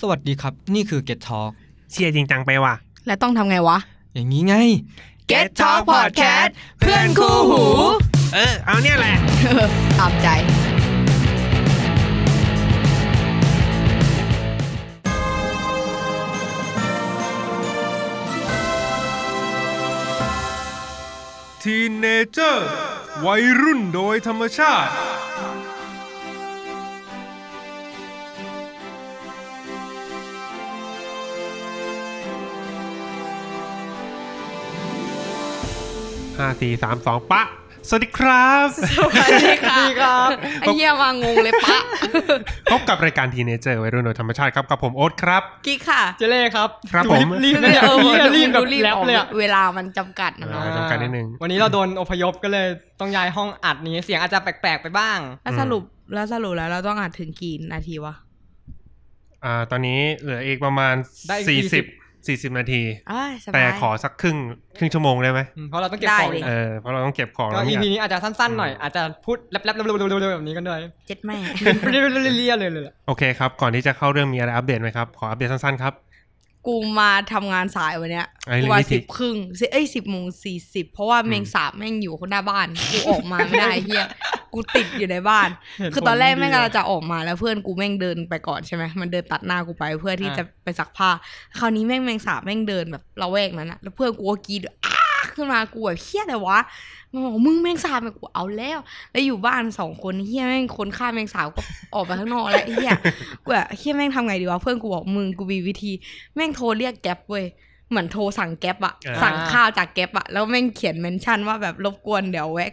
สวัสดีครับ นี่คือ Get Talk เชียร์จริงจังไปว่ะ และต้องทำไงวะ อย่างนี้ไง Get Talk Podcast เพื่อนคู่หู เออ เอาเนี่ยแหละ ตามใจ ทีเนเจอร์วัยรุ่นโดยธรรมชาติ 5 4 3 2 ปะ สวัสดีครับ สวัสดีค่ะไอ้เหี้ยมางงเลยปะ พบกับรายการทีเนเจอร์วัยรุ่นโดยธรรมชาติครับ กับผมโอ๊ตครับ กิ๊กค่ะ เจเล่ครับ ครับ ดู ผม รีบเลย เออ พี่ ดู รีบแบบ ดูรีบ แลบ ออก เลยอะ เวลามันจำกัดนะเนาะ อ่าจำกัดนิดนึง วันนี้เราโดนอพยพก็เลยต้องย้ายห้องอัดนี้เสียงอาจจะแปลกๆไปบ้าง แล้วสรุปแล้วสรุปแล้วเราต้องอ่านถึงกี่นาทีวะ อ่า ตอนนี้เหลืออีกประมาณ ได้อีก 40 40 นาที อ้ายสบาย แต่ขอสักครึ่ง ครึ่งชั่วโมงได้ไหม อืมเพราะเราต้องเก็บ ได้ ของ ดิ เออ เพราะเราต้องเก็บของ ก็ แล้วมีอั EP ด นี้อาจจะสั้นๆหน่อยอาจจะพูดแลบๆๆๆๆแบบนี้กันด้วย เจ็ดแม่ เรียๆเลยเลยล่ะ โอเคครับ ก่อนที่จะเข้าเรื่องมีอะไรอัปเดตไหมครับ ขออัปเดตสั้นๆครับ กูมาทำงานสายวันเนี้ย ไอ้เรื่ กู อง มา นี้สิ สิบครึ่งเอ้ยสิบโมงสี่สิบเพราะว่าเมงสาบแม่งอยู่คนหน้าบ้าน กูออกมาไม่ได้เฮียกูติดอยู่ในบ้าน เห็ผล คือตอนแรกแม่งกำลั ดีะ งจะออกมาแล้วเพื่อนกูแม่งเดินไปก่อนใช่ไหมมันเดินตัดหน้ากูไปเพื่อที่ อ่ะ จะไปซักผ้า คราวนี้แม่งแมงสาบแม่งเดินแบบเราแวกนั้นอะแล้วเพื่อนกูก็กรีดอ้าขึ้นมากูแบบเฮี้ยอะไรวะมันบอกมึงแมงสาบแบบกูเอาแล้ว แล้วอยู่บ้านสองคนเฮี้ยแม่งคนฆ่าแมงสาบก็ ออกไปข้างนอกแล้วไอ้เฮี้ยกูแบบเฮี้ยแม่งทำไงดีวะเพื่อนกูบอกมึงกูมีวิธี แม่งโทรเรียกแก๊ปเว้ยเหมือนโทรสั่งแก๊ปอะ อ่า สั่งข้าวจากแก๊ปอะแล้วแม่งเขียนเมนชั่นว่าแบบรบกวนเดี๋ยวแวะ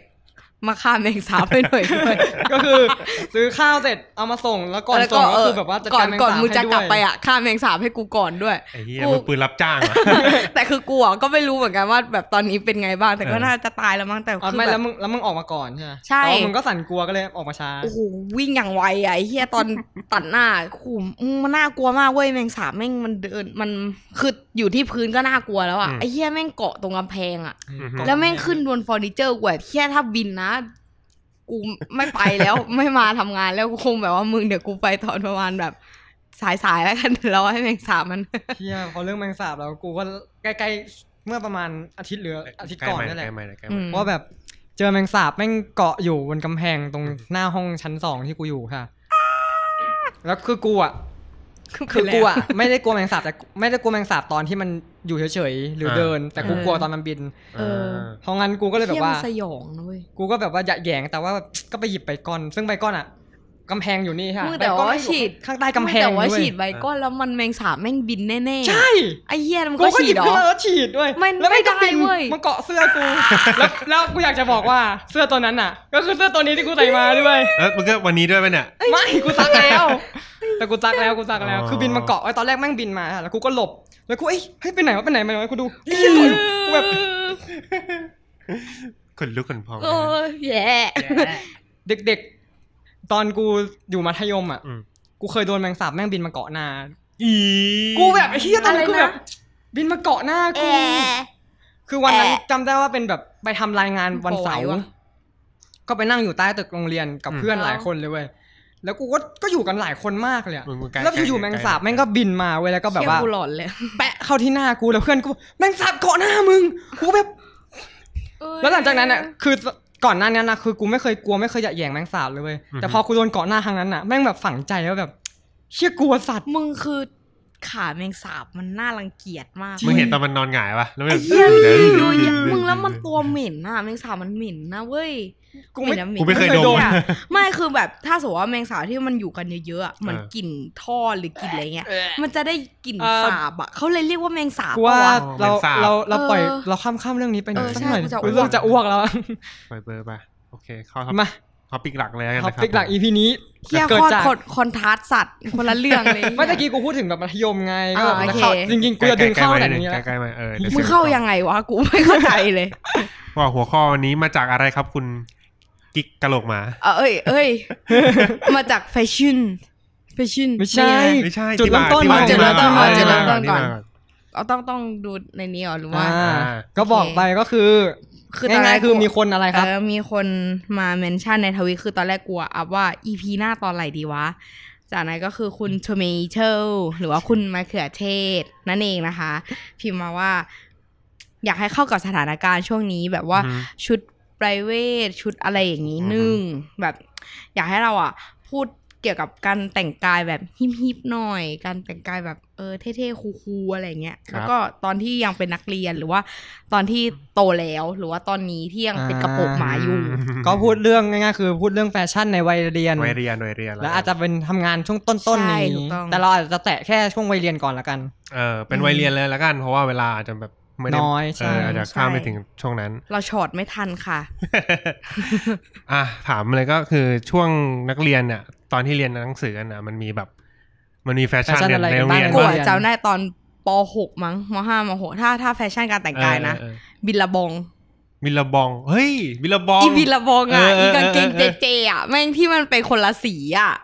มาฆ่าแมงสาบไปหน่อยด้วย ก็คือ ซื้อข้าวเสร็จเอามาส่งแล้วก่อน แล้ว ส่งก็คือแบบว่าจัด ก่อ การ น แมง ก่อน สาบ มึงจะ ให้ด้วย กลับไปอ่ะฆ่าแมงสาบให้กูก่อน ด้วย ไอ้เหี้ย กู มันปืนรับจ้างเหรอ แต่คือกูอ่ะก็ไม่รู้เหมือนกันว่าแบบตอนนี้เป็นไงบ้างแต่ก็ เออ น่าจะตายแล้วมั้งแต่ อ๋อ คือ ไม่ แบ แล้ บ วมึงแล้วมึงออกมาก่อนใช่ไหม ใช่ แต่ว่ามึงก็สั่นกลัวก็เลยออกมาช้า โอ้โหวิ่งอย่างไวอ่ะไอ้เฮียตอน ตัดหน้าขู่มันน่ากลัวมากเว้ยแมงสาบแม่งมันเดินมันคืออยู่ที่พื้นก็น่ากลัวแล้วอ่ะ อืม ไอ้เฮียแม่งเกาะตรงกำแพงอ่ะ อือฮึ แล้วแม่งขึ้นบนเฟอร์นิเจอร์กูแบบเฮียถ้าบินนะ กูไม่ไปแล้ว ไม่มาทำงานแล้วกูคงแบบว่ามึงเดี๋ยวกูไปตอนประมาณแบบสายๆแล้วกัน เดี๋ยวเราให้แมงสาบมัน เที่ยพอเรื่องแมงสาบแล้วกูก็ใกล้ๆเมื่อประมาณอาทิตย์หรืออาทิตย์ก่อนนั่นแหละ ใกล้ใม่ใกล้ อื ใม่ ม ว่าแบบเจอแมงสาบแม่งเกาะอยู่บนกำแพงตรงหน้าห้องชั้นสองที่กูอยู่ค่ะ แล้วคือกูอ่ะคือกูอ่ะ ไม่ได้กลัวแมงสาบแต่ไม่ได้กลัวแมงสาบตอนที่มันอยู่เฉยๆหรือเดิน แต่กูกลัวตอนมันบิน เออ เพราะงั้นกูก็เลยแบบว่า หี้นสยองนะเว้ย กูก็แบบว่าหยะแหยงแต่ว่าแบบก็ไปหยิบใบก้อน ซึ่งใบก้อนอ่ะกำแพงอยู่นี่ค่ะ มึงแต่ ใบก้อน ว่า อยู่ ฉีด ข้างใต้กำแพมึงแต่ว่า ด้วย ฉีดใบก้อนแล้วมันแมงสาบแม่งบินแน่ๆ ใช่ ไอ้เหี้ยมัน กู ก็ ก็ ฉี หยิ ด บ เหร ขึ้น อ มาแล้วฉีดด้วย มัน แล้ว ไม่ แงก็ ได้เว้ย มันเกาะเสื้อกู แล้วแล้วกูอยากจะบอกว่าเสื้อตัวนั้นน่ะ ก็คือเสื้อตัวนี้ที่กูใส่มาด้วย แล้วมันก็วันนี้ด้วยไหมเนี่ย ไม่ กูซักแล้ว แต่กูซักแล้วกูซักแล้ว อ๋อ คือบินมาเกาะไอ้ตอนแรกแม่งบินมาแล้วกูก็หลบ แล้วกูเอ้ยเฮ้ยไปไหนวะไปไหนไปไหนวะกูดูไอ้เหี้ยตัวกูแบบ ขนลุกขนพอง เอ นะฮะ อแย่ เด็กๆ ตอนกูอยู่มัธยมอ่ะ อืม กูเคยโดนแมงสาบแม่งบินมาเกาะหน้า อี กูแบบไอ้เหี้ยตอนนั้นกูแบบบินมาเกาะหน้า แอ กู คือวันนั้น แอะ จำได้ว่าเป็นแบบไปทำรายงานวันเสาร์ ปล่อยวะ ก็ไปนั่งอยู่ใต้ตึกโรงเรียนกับเพื่อน อ๋อ หลายคนเลยเว้ยแล้วกูก็ก็อยู่กันหลายคนมากเลยอะ มึงมึกา แล้วอยู่ๆแมงสาบแม่งก็บินมาเว้ยแล้วก็แบบ เชี่ย ว่า กูหลอนเลย แปะเข้าที่หน้ากูแล้วเพื่อนกูบอกแมงสาบเกาะหน้ามึงกูแบบแล้วหลังจากนั้นอ่ะคือก่อนหน้านั้นนะคือกูไม่เคยกลัวไม่เคยหยะแหยงแมงสาบเลยเว้ยแต่พอกูโดนเกาะหน้าครั้งนั้นอ่ะแม่งแบบฝังใจว่าแบบเชี่ยกลัวสัตว์ มึงคือขาแมงสาบมันน่ารังเกียจมาก มึงเห็นตอนมันนอนหงายวะแล้วมัน ไอ้ แบบ เหี้ย เดี๋ยว ดู เดี๋ ดิ ยว มึงแล้วมันตัวเหม็นน่ะแมงสาบมันเหม็นนะเว้ย กูไม่ หนะหน กูไม่เคย ไม่เคย โด โด น น ไม่คือแบบถ้าสมมติว่าแมงสาบที่มันอยู่กันเยอะๆอะเหมือน เออ กลิ่นท่อดหรือกลิ่นอะไรเงี้ย มันจะได้กลิ่น เอ่อ สาบอ่ะเขาเลยเรียกว่าแมงสาบ กูว่า ปะวะ เรา แมงสาบ เราเราปล่อย เออ เราข้ามข้ามเรื่องนี้ไปหน่อย เออ สัก ใช่ หน่อย กูจะอ้วก กูเริ่มจะอ้วกแล้วอะ ปล่อยเบอร์ไปโอเคเข้าท็อป มา ท็อปิกหลักเลยแล้วกัน ท็อ นะครับ ปิกหลัก EP นี้ เฮีย เกิด คอด จาก คอนคอนทราสต์สัตว์คนละเรื่องเลย เมื่อตะกี้กูพูดถึงแบบมัธยมไงก็แบบ อ่าโอเค เข้าจริงๆ กูจะดึงเข้าแต่นี้ ใกล้ ละ ๆใกล้ๆมาเออดี๋ยว มึงเข้ายังไงวะ กู ไม่เข้าใจเลย ว่าหัวข้อวันนี้มาจากอะไรครับคุณกิ๊กกะโหลกหมา เออเอ้ยเอ้ยมาจากแฟชั่นแฟชั่น ไม่ใช่ ไม่ใช่ จุดเริ่มต้น ที่า จุดเริ่มต้น ที่า จุดเริ่มต้น ที่า ก่อน เอาต้องต้องดูในนี้เหรอหรือว่า อ่า า ก็บอกไปก็คือ คือตอนแรก ง่ายๆคือมีคนอะไรครับ เออมีคนมาเมนชั่นในทวิตคือตอนแรกกลัวอัพว่า EP หน้าตอนไหนดีวะ จ จากนั้นก็คือคุณโทเมโตหรือว่าคุณมะเขือเทศนั่นเองนะคะ พิมพ์มาว่า อยากให้เข้ากับสถานการณ์ช่วงนี้แบบว่า อือฮึ ชุดไพรเวทชุดอะไรอย่างนี้ อือฮึ นึ่งแบบ อยากให้เราอ่ะ พูดเกี่ยวกับการแต่งกายแบบฮิปๆหน่อย การแต่งกายแบบเออเท่ๆคูลๆอะไรเงี้ยแล้วก็ตอนที่ยังเป็นนักเรียนหรือว่า ตอนที่โตแล้วหรือว่าตอนนี้ที่ยังเป็นกระโปรงหมาอยู่ ก็พูดเรื่องง่ายๆคือพูดเรื่องแฟชั่นในวัยเรียน วัยเรียนวัยเรียน แล้วอาจจะเป็นทำงานช่วงต้น ใช่ ๆนี้ ถูกต้อง แต่เราอาจจะแตะแค่ช่วงวัยเรียนก่อนละกัน เออเป็นวัยเรียนเลยละกัน เพราะว่าเวลาอาจจะแบบไม่ได้ น้อยใช่ เอออาจจะข้ามไปถึงช่วงนั้น เราช็อตไม่ทันค่ะ อ่ะถามเลยก็คือช่วงนักเรียนเนี่ยตอนที่เรียนหนังสือกันน่ะ มันมีแบบ มันมีแฟชั่น แฟชั่น เนี่ย อะไร ในโรงเรียน บ้าง กู บ้าง เรียน จำได้ตอนป .6 มั้งม .5 ม .6 ถ้าถ้าแฟชั่นการแต่งกายนะ เออเออ บิลลาบอง บิลลาบอง เฮ้ย บิลลาบอง อีบิลลาบองอ่ะ เออเออเออ อีกางเกงเจเจอ่ะ แม่งที่มันเป็นคนละสีอ่ะ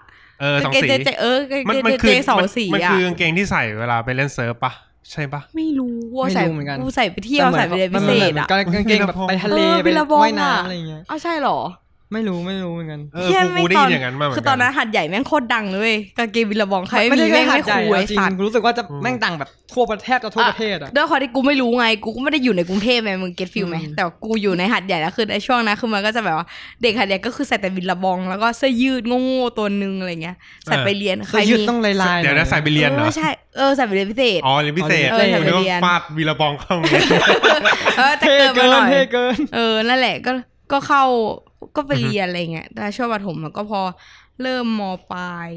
เออสอง กาง สี เกงเจเจเออกางเกง มั เจ คื เจสองสี มัน อ่ะ คือกางเกงที่ใส่เวลาไปเล่นเซิร์ฟปะใช่ปะ ไม่รู้ว่า ไม่ ใส่ รู้เหมือนกัน กูใส่ไปเที่ยวใส่ไปเรียนพิเศษอ่ะ แต่มันเหมือนกางเกงแบบไปทะเล เออ ไป บิลลาบอง ว่าย อะ น้ำอะไรอย่างเงี้ย อ้าวใช่เหรอ ไม่รู้ไม่รู้เหมือนกัน เออ หี้ย กูกูได้ยิแม่นอย่างนั้นมาเหมือนกัน คือตอนนั้นหัดใหญ่แม่งโคตรดังเลยเว้ยกางเกงบิลลาบองใครไม่ ไม่ มี ได้ แม่งแค่หาด ไม่ ใหญ่ คุย นะจริง สัตว์ กูรู้สึกว่าจะ อืม แม่งต่างแบบทั่วประเทศจะทั่วประเทศอ่ะ ด้วยความที่กูไม่รู้ไงกูก็ไม่ได้อยู่ในกรุงเทพไงมึงเก็ตฟิลไหม อืม แต่กูอยู่ในหัดใหญ่แล้วคือในช่วงนั้นคือมันก็จะแบบว่าเด็กหัดใหญ่ก็คือใส่แต่บิลลาบอง แล้วก็เสื้อยืดโง่ๆตัวนึงอะไรเงี้ยใส่ไปเรียนใคร เสื้อยืด มี ต้องลายลายๆ เดี๋ยว หอ นะใส่ไปเรียนเหรอ ไม่ใช่เออใส่ไปเรียนพิเศษ อ๋อเรียนพิเศษ เออใส่ไปเรียน นึกว่าฟาดบิลลาบองเข้าโรงเรียน เออแต่ เท่ เกินมาหเกิน น่อย เท่เกิน เออนั่นแหละก็ก็เข้าก็ไปเรียนอะไรเงี้ยแต่ช่วงปฐมมันก็พอเริ่มมปลาย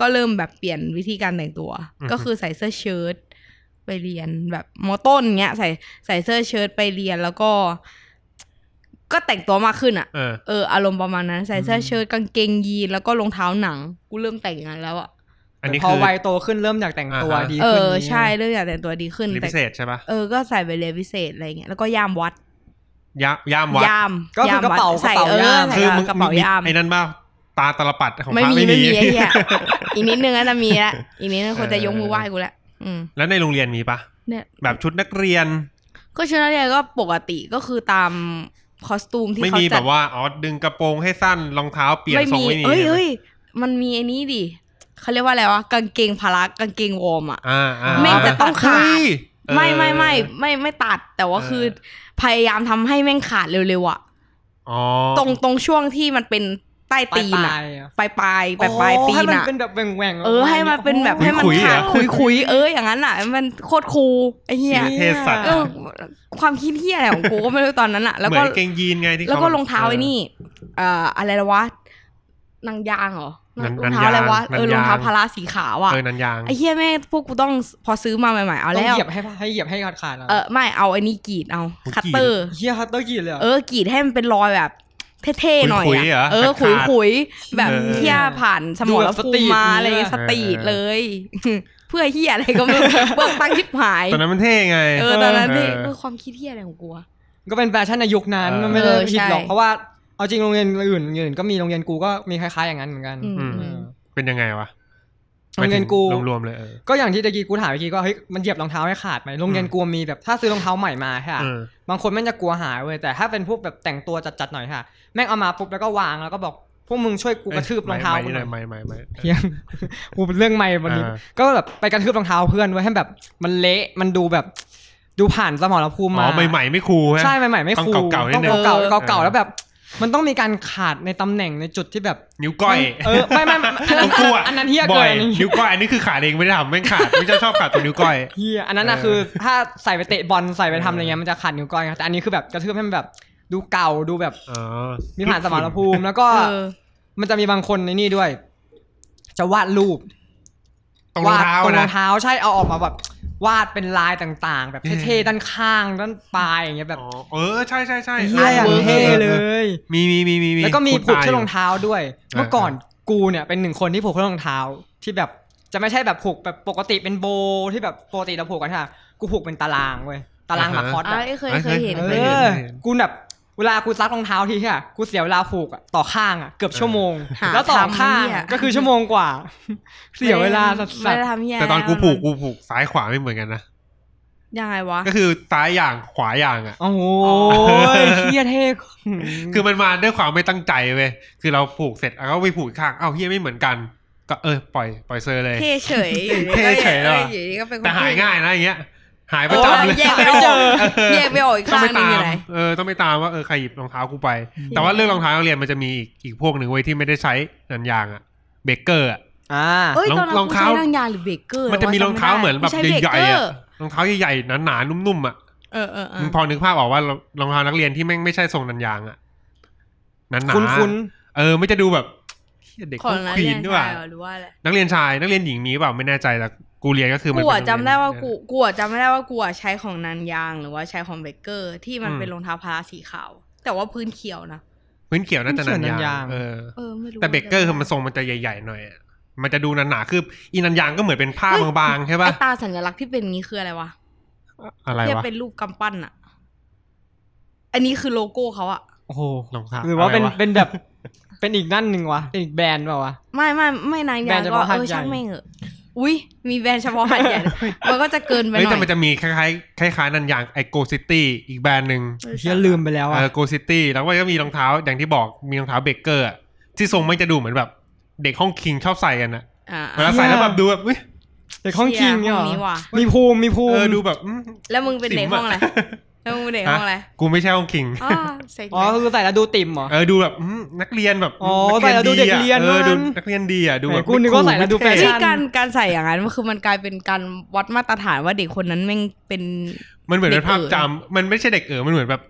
ก็เริ่มแบบเปลี่ยนวิธีการแต่งตัว อือฮึ ก็คือใส่เสื้อเชิ้ตไปเรียนแบบมต้นเงี้ย ใส่ใส่เสื้อเชิ้ตไปเรียนแล้วก็ ก็แต่งตัวมากขึ้นอะ เออ เอออารมณ์ประมาณนั้น ใส่เสื้อเชิ้ตกางเกงยีนแล้วก็รองเท้าหนัง กูเริ่มแต่งอย่างนั้นแล้วอะ อันนี้ พอ คือ วัยโตขึ้นเริ่มอยากแต่งตัว อ่าฮะ ดี เอ ขึ้น อ นี้ ใช่เริ่มอยากแต่งตัวดีขึ้น เรียน แต่ พิเศษใช่ปะ เออก็ใส่ไปเรียนพิเศษอะไรเงี้ยแล้วก็ยามวัด ย่าย่ามวัด ยาม ก็คือกระเป๋าก ใส่ ระเป๋า เออย าม ใส่ คือมึง กระเป๋ายาม ไอ้นั่นบ้าตาตาลปัดของ ไม่ พระ มี ไม่ ไม่ มี มีไอ้เหี้ยอีกนิดนึงก็จะมีละอีกนิดนึงคนจะยกมือไหว้กูละอืม แล้วในโรงเรียนมีปะ เนี่ย แบบชุดนักเรียน ก็ชุดนักเรียนก็ปกติก็คือตามคอสตูมที่ ไม่ เขา มี จั แบ ด บว่าอ๋อดึงกระโปรงให้สั้นรองเท้าเปลี่ยนทรงไม่มี เอ้ยเอ้ ใช่ไหม ยมันมีไอ้นี้ดิเขาเรียกว่าอะไรวะกางเกงพละกางเกงวอร์มอ่ะ อ่าอ่า แม่งจะต้องขาด เฮ้ยเออ ไม่ไม่ไม่ไม่ไม่ตัดแต่ว่า เออ คือพยายามทำให้แม่งขาดเร็วๆอ่ะ อ๋อ ตรงตรงช่วงที่มันเป็นใต้ตีน ป อ่ะ ลายๆอะ ปลายปลายปลายปลายตี ให้ น มัน อ่ะ เป็นแบบแหว่งแหว่งๆ เออให้มันเป็นแบบให้มันขาดคุยคุยๆเอออย่างนั้นอ่ะ มันโคตรคูลไอ้เหี้ย เทศสัตว์ เออความคิดเหี้ยอะไรของกูก็ไม่รู้ตอนนั้นอ่ะ แล้ว เหมื ก็ อนเกงยีนไงที่ แล้วก็ ข รองเท้าไอ้นี่เอ่ออะไรละวะนางยางเหรอร นัน อง นัเท้ายนา อะไรวะ นั เออน รอง ยา เท้าพาราสีขาวอ่ะ เออนันยาง ไอ้เหี้ยแม่งพวกกูต้องพอซื้อมาใหม่ๆ เอา ต้อง แล้ว เหยียบให้ให้เหยียบให้ขาดขาดๆอะ เออไม่เอาไอ้นี่กรีดเอาคัตเตอร์ เฮียฮัตเตอร์กี่เลยอะ เออกรีดให้มันเป็นรอยแบบ เท่ๆหน่อย คุยๆเหร อะ อ เออขุย ขาด ๆแบบ เออ เที่ยผ่านสมอง ดูแบ แล้ บ ว ส ภู ตรีท มิมา เนี่ย อะไรสตรีท เออ เลย เพื่อเฮียอะไรก็ไม่รู้ เบิกตังค์ชิบหาย ๆตอนนั้นมันเท่ไง เออตอนนั้นที่ เออ เออความคิดเฮียอะไรของกูอะ ก็เป็นแฟชั่นในยุคนั้น เออ มันไม่ได้ผิดหรอก ใช่ เพราะว่าเอาจริงโรงเรียนอื่นอื่นก็มีโรงเรียนกูก็มีคล้ายๆอย่างนั้นเหมือนกัน อืม อืม อืม เป็นยังไงวะ โรงเรียนกู รวมๆเลยเออ ก็อย่างที่ตะกี้กูถามเมื่อกี้ก็เฮ้ยมันเหยียบรองเท้าให้ขาดไหมโรงเรียน อืม กูมีแบบถ้าซื้อรองเท้าใหม่มาค่ะ เออ บางคนแม่งจะกลัวหายเว้ยแต่ถ้าเป็นพวกแบบแต่งตัวจัดๆหน่อยค่ะ แม่งเอามาปุ๊บแล้วก็วางแล้วก็บอกพวกมึงช่วยกูกระทืบรองเท้ากูหน่อย ไม่ไม่ไม่ เพียง กูเป็นเรื่องใหม่วันนี้ อ่า ก็แบบไปกระทืบรองเท้าเพื่อนไว้ยให้แบบมันเละมันดูแบบ ดูผ่านสมรภูมิ อ๋ มา อใหม่ใหม่ไม่คูลฮะ ใช่ใหม่ใหม่ไม่ ต้อง คูล เก่าๆนิด ต้อง นึง เก่า เออ ๆเก่าๆแล้วแบบ มันต้องมีการขาดในตำแหน่งในจุดที่แบบ นิ้วก้อย เออไม่ไม่ไม่อัน ข นั้ อน งกูะ อันนั้นเฮีย บ่ เกิ อย น นิ้วก้อยอันนี้คือขาดเองไม่ได้ทำแม่งขาดไม่ใช่ชอบขาดตัวนิ้วก้อย เฮียอันนั้นน่ะ เออ คือถ้าใส่ไปเตะบอลใส่ไปทำอะไร เออ เงี้ยมันจะขาดนิ้วก้อยครับแต่อันนี้คือแบบกระทืบให้มันแบบ ดูเก่าดูแบบ อ๋อ มีผ่านสมรภู มิ แล้วก็ เออ มันจะมีบางคนในนี่ด้วย จะวาดรูป ตรงรองเท้าว ดตรงรอ นะ งเท้าใช่เอาออกมาแบบวาดเป็นลายต่างๆ แบบเท่ๆด้านข้างด้านปลายอย่างเงี้ยแบบ อ๋อเออใช่ใช่ใช่ เหี้ยอย่างเท่เลย มีมีมีมี แล้วก็มีผู คุณ ก ตา เชือก ยู่ รองเท้าด้วย เมื่อก่อนกูเนี่ยเป็นหนึ่งคนที่ผูกเชือกรองเท้าที่แบบจะไม่ใช่แบบผูกแบบปกติเป็นโบว์ที่แบบปกติเราผูกกันค่ะ กูผูกเป็นตารางเว้ยตารางหมา อ่าฮะ คออ๋สแบ อบ เคยเคยเห็น เอ เคยเห็น อกูแบบเวลากูซักรองเท้าทีค่ะกูเสียเวลาผูกอะต่อข้างอะเกือบชั่วโมง หา แล้วต่อ ทำ ข้าง เหี้ย ก็คือชั่วโมงกว่า เสียเวลาสั ไม่ ส ได้ทำเฮีย แต่ตอนกูผูกกูผูกซ้ายขวาไม่เหมือนกันนะ ยังไงวะ ก็คือซ้ายอย่างขวาอย่างอ่ะ ๆโอ้โหเฮียเท่ คือมันมาด้วยความไม่ตั้งใจเว้ยคือเราผูกเสร็จแล้วก็ไปผูกอีกข้างเอ้าเฮียไม่เหมือนกัน ต ก็เออปล่อยปล่อยเซอร์เลย เท่เฉยอยู่ดี เท่เฉยเหรอ อออยู่ดีก็เป็นคน แต่หายง่ายนะอย่างเงี้ย หายประจำเลย โอ้แยกไม่ออกแยกไม่ออกอีก ต้อง ข้าง ไป หตามนึงอยู่ไหน เออต้องไปตามว่าเออใครหยิบรองเท้ากูไป แต่ว่าเรื่องรองเท้านักเรียนมันจะมีอีกอีกพวกหนึ่งไว้ยที่ไม่ได้ใช้นันยางอะเบเกอร์อะ อ่า เอ้ย รอง ตอนนั้น รอง กูใช้ เท้า นางยาหรือเบเกอร์ มันจะมีรองเท้าเหมือนแบบ ไใช่ ใหญ่ เบ ๆ เก อะ อร์ รองเท้าใหญ่ๆหนาๆนุ่มๆอะ เออเออเอ มึ อง พอนึกภาพออกว่ารองเท้านักเรียนที่แม่งไม่ใช่ทรงนันยางอะหนาๆ คุ้นคุ้น เออไม่จะดูแบบเหี้ยเด็ก ของนัก ควี เรีย น น ด้วยว่ะชายเหรอหรือว่าอะไร นักเรียนชายนักเรียนหญิงมีเปล่าไม่แน่ใจแต่กูเรียนก็คือมัน กู เป็น อะ โรงเรียน จำได้ว่ากูกูอะจำไม่ได้ว่ากูอะใช้ของนันยางหรือว่าใช้ของเบเกอร์ ที่มัน อืม เป็นรองเท้าพลาสีขาว แต่ว่าพื้นเขียวนะ พื้นเขียวน่าจะนันยางเออ เออไม่รู้ แต่เบเกอร์คือมันทรงมันจะใหญ่ๆหน่อยอะมันจะดูหนาๆ คืออีนันยางก็เหมือนเป็นผ้าบางๆ ใช่ ไอ ป่ะ ตาสัญลักษณ์ที่เป็นอย่างงี้คืออะไรวะ อะไร ที่ วะ เป็นรูปกำปั้นอะอันนี้คือโลโก้เขาอะ ๆโอ้โห รองเท้า หรือว่าเป็นะ ไะ เป็นแบบเป็นอีกนั่นหนึ่งวะเป็นอีกแบรนด์เปล่าวะ ไม่ไม่ไม่นาง แบร ยาน ง ด์เฉ ก็ พาะหัด เออ ใหญ่ ช่างแม่งเหอะอุ้ยมีแบรนด์เฉพาะหันใหญ่นะ มันก็จะเกินไปห เฮ้ย น่ แต่ อย มันจะมีคล้ายๆคล้ายๆนันยางไอโกซิตี้อีกแบรนด์หนึ่ง ออ เฮียลืมไปแล้ว เอออะโกซิตี้แล้วก็มีรองเท้าอย่างที่บอกมีรองเท้าเบเกอร์อะที่ทรงมันจะดูเหมือนแบบ เด็กห้องคิงชอบใส่กันนะ อ่า เวลาใส่แล้วแบบดูแบบอุ๊ย เด็กห้องคิงเนี่ยเหร ชีร์ห้นี้ อ ว่ะ มีภูมิมีภู เอ มิ อดูแบบอืม แล้วมึงเป็นเด็กห้องอะไร แล้วมึงเป็นเด็กห้องอะไร กูไม่ใช่ห้องคิง อ๋อเซ็ก อ๋อคือใส่แล้วดูติ่มเหรอ เออดูแบบอืมนักเรียนแบบ อ๋อ นั ใส่แล้วดูเด็กเรียน อะเออดู ว่างั้น นักเรียนดีอ่ะดูแบบ กูนึกว่าใส่แล้วดูแฟชั่ ที่การการใส่อย่างนั้นมันคือมันกลายเป็นการวัดมาตรฐานว่าเด็กคนนั้นแม่งเป็น มันเหมือนเป็นภาพจำมันไม่ใช่เด็กเออมันเหมือนแบบ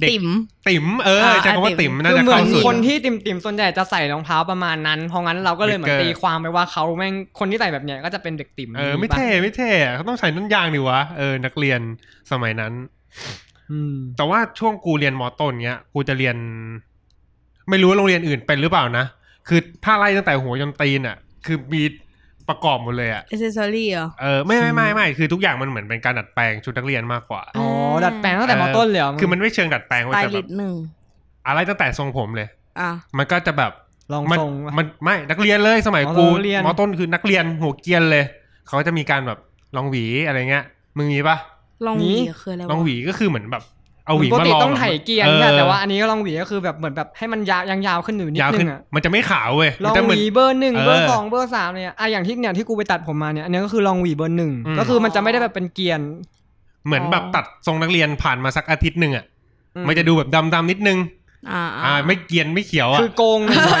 เด็ก ติ๋ม ติ๋มเออ อ่า ใช้คำว่า ติ๋ ติ๋ม ม น่า คือ จะ เหมือ เข้าน สุด คนที่ติ่มติ่มๆส่วนใหญ่จะใส่รองเท้าประมาณนั้น เพราะงั้นเราก็เลยเหมือน Breaker ตีความไปว่าเขาแม่งคนที่ใส่แบบเนี้ยก็จะเป็นเด็กติ่ม เออไม่เท่ไม่เท่อะเขาต้องใช้นั่นยางดิวะเออนักเรียนสมัยนั้น อืม แต่ว่าช่วงกูเรียนมอต้นเนี้ย กูจะเรียน ไม่รู้ว่าโรงเรียนอื่นเป็นหรือเปล่านะ คือถ้าไล่ตั้งแต่หัวจนตีนอ่ะ คือมีประกอบหมดเลยอ่ะ เอเซอรี่เหรอ เออไม่ไม่ไม่ไม่คือทุกอย่างมันเหมือนเป็นการดัดแปลงชุดนักเรียนมากกว่า อ๋อดัดแปลงตั้งแต่มต้นเลยเหร คือมันไม่เชิงดัดแปลง ส ว่า ไต แต่แบ ลิ บ สต์หนึ่ง อะไรตั้งแต่ทรงผมเลย อ่ะ มันก็จะแบบ ลอง มัน ทรงวะ มันไม่นักเรียนเลยสมัย อ๋อ กู นักเรียน มอต้นคือนักเรียนหัวเกรียนเลย เขาจะมีการแบบลองหวีอะไรเงี้ย มึงมีปะ ลอง ห ห วี วีคืออะไรวะ ลองหวีก็คือเหมือนแบบ เอาหวี ปก มา ติ ลอง ต้องไถเกียร์ ออ เนี่ยแต่ว่าอันนี้ก็ลองหวีก็คือแบบเหมือนแบบให้มันยาวยงยาวขึ้นอยู่นิด ยาว นึ ขึ้น งอะ มันจะไม่ขาวเว้ย ลอง จะเห ห มือน วีเบอร์หนึ่ง เออ เบอร์สองเบอร์สามเนี่ยอะอย่างที่เนี่ยที่กูไปตัดผมมาเนี่ยอันนี้ก็คือลองหวีเบอร์หนึ่ง อืม ก็คือมันจะไม่ได้แบบเป็นเกียร์ เหมือนแบบตัดทรงนักเรียนผ่านมาสักอาทิตย์หนึ่งอ่ะ อื มันจะดูแบบดำดำๆนิดนึง อ่า อ่า อ่า ไม่เกรียนไม่เขียวอ่ะ คือโกงหน่อย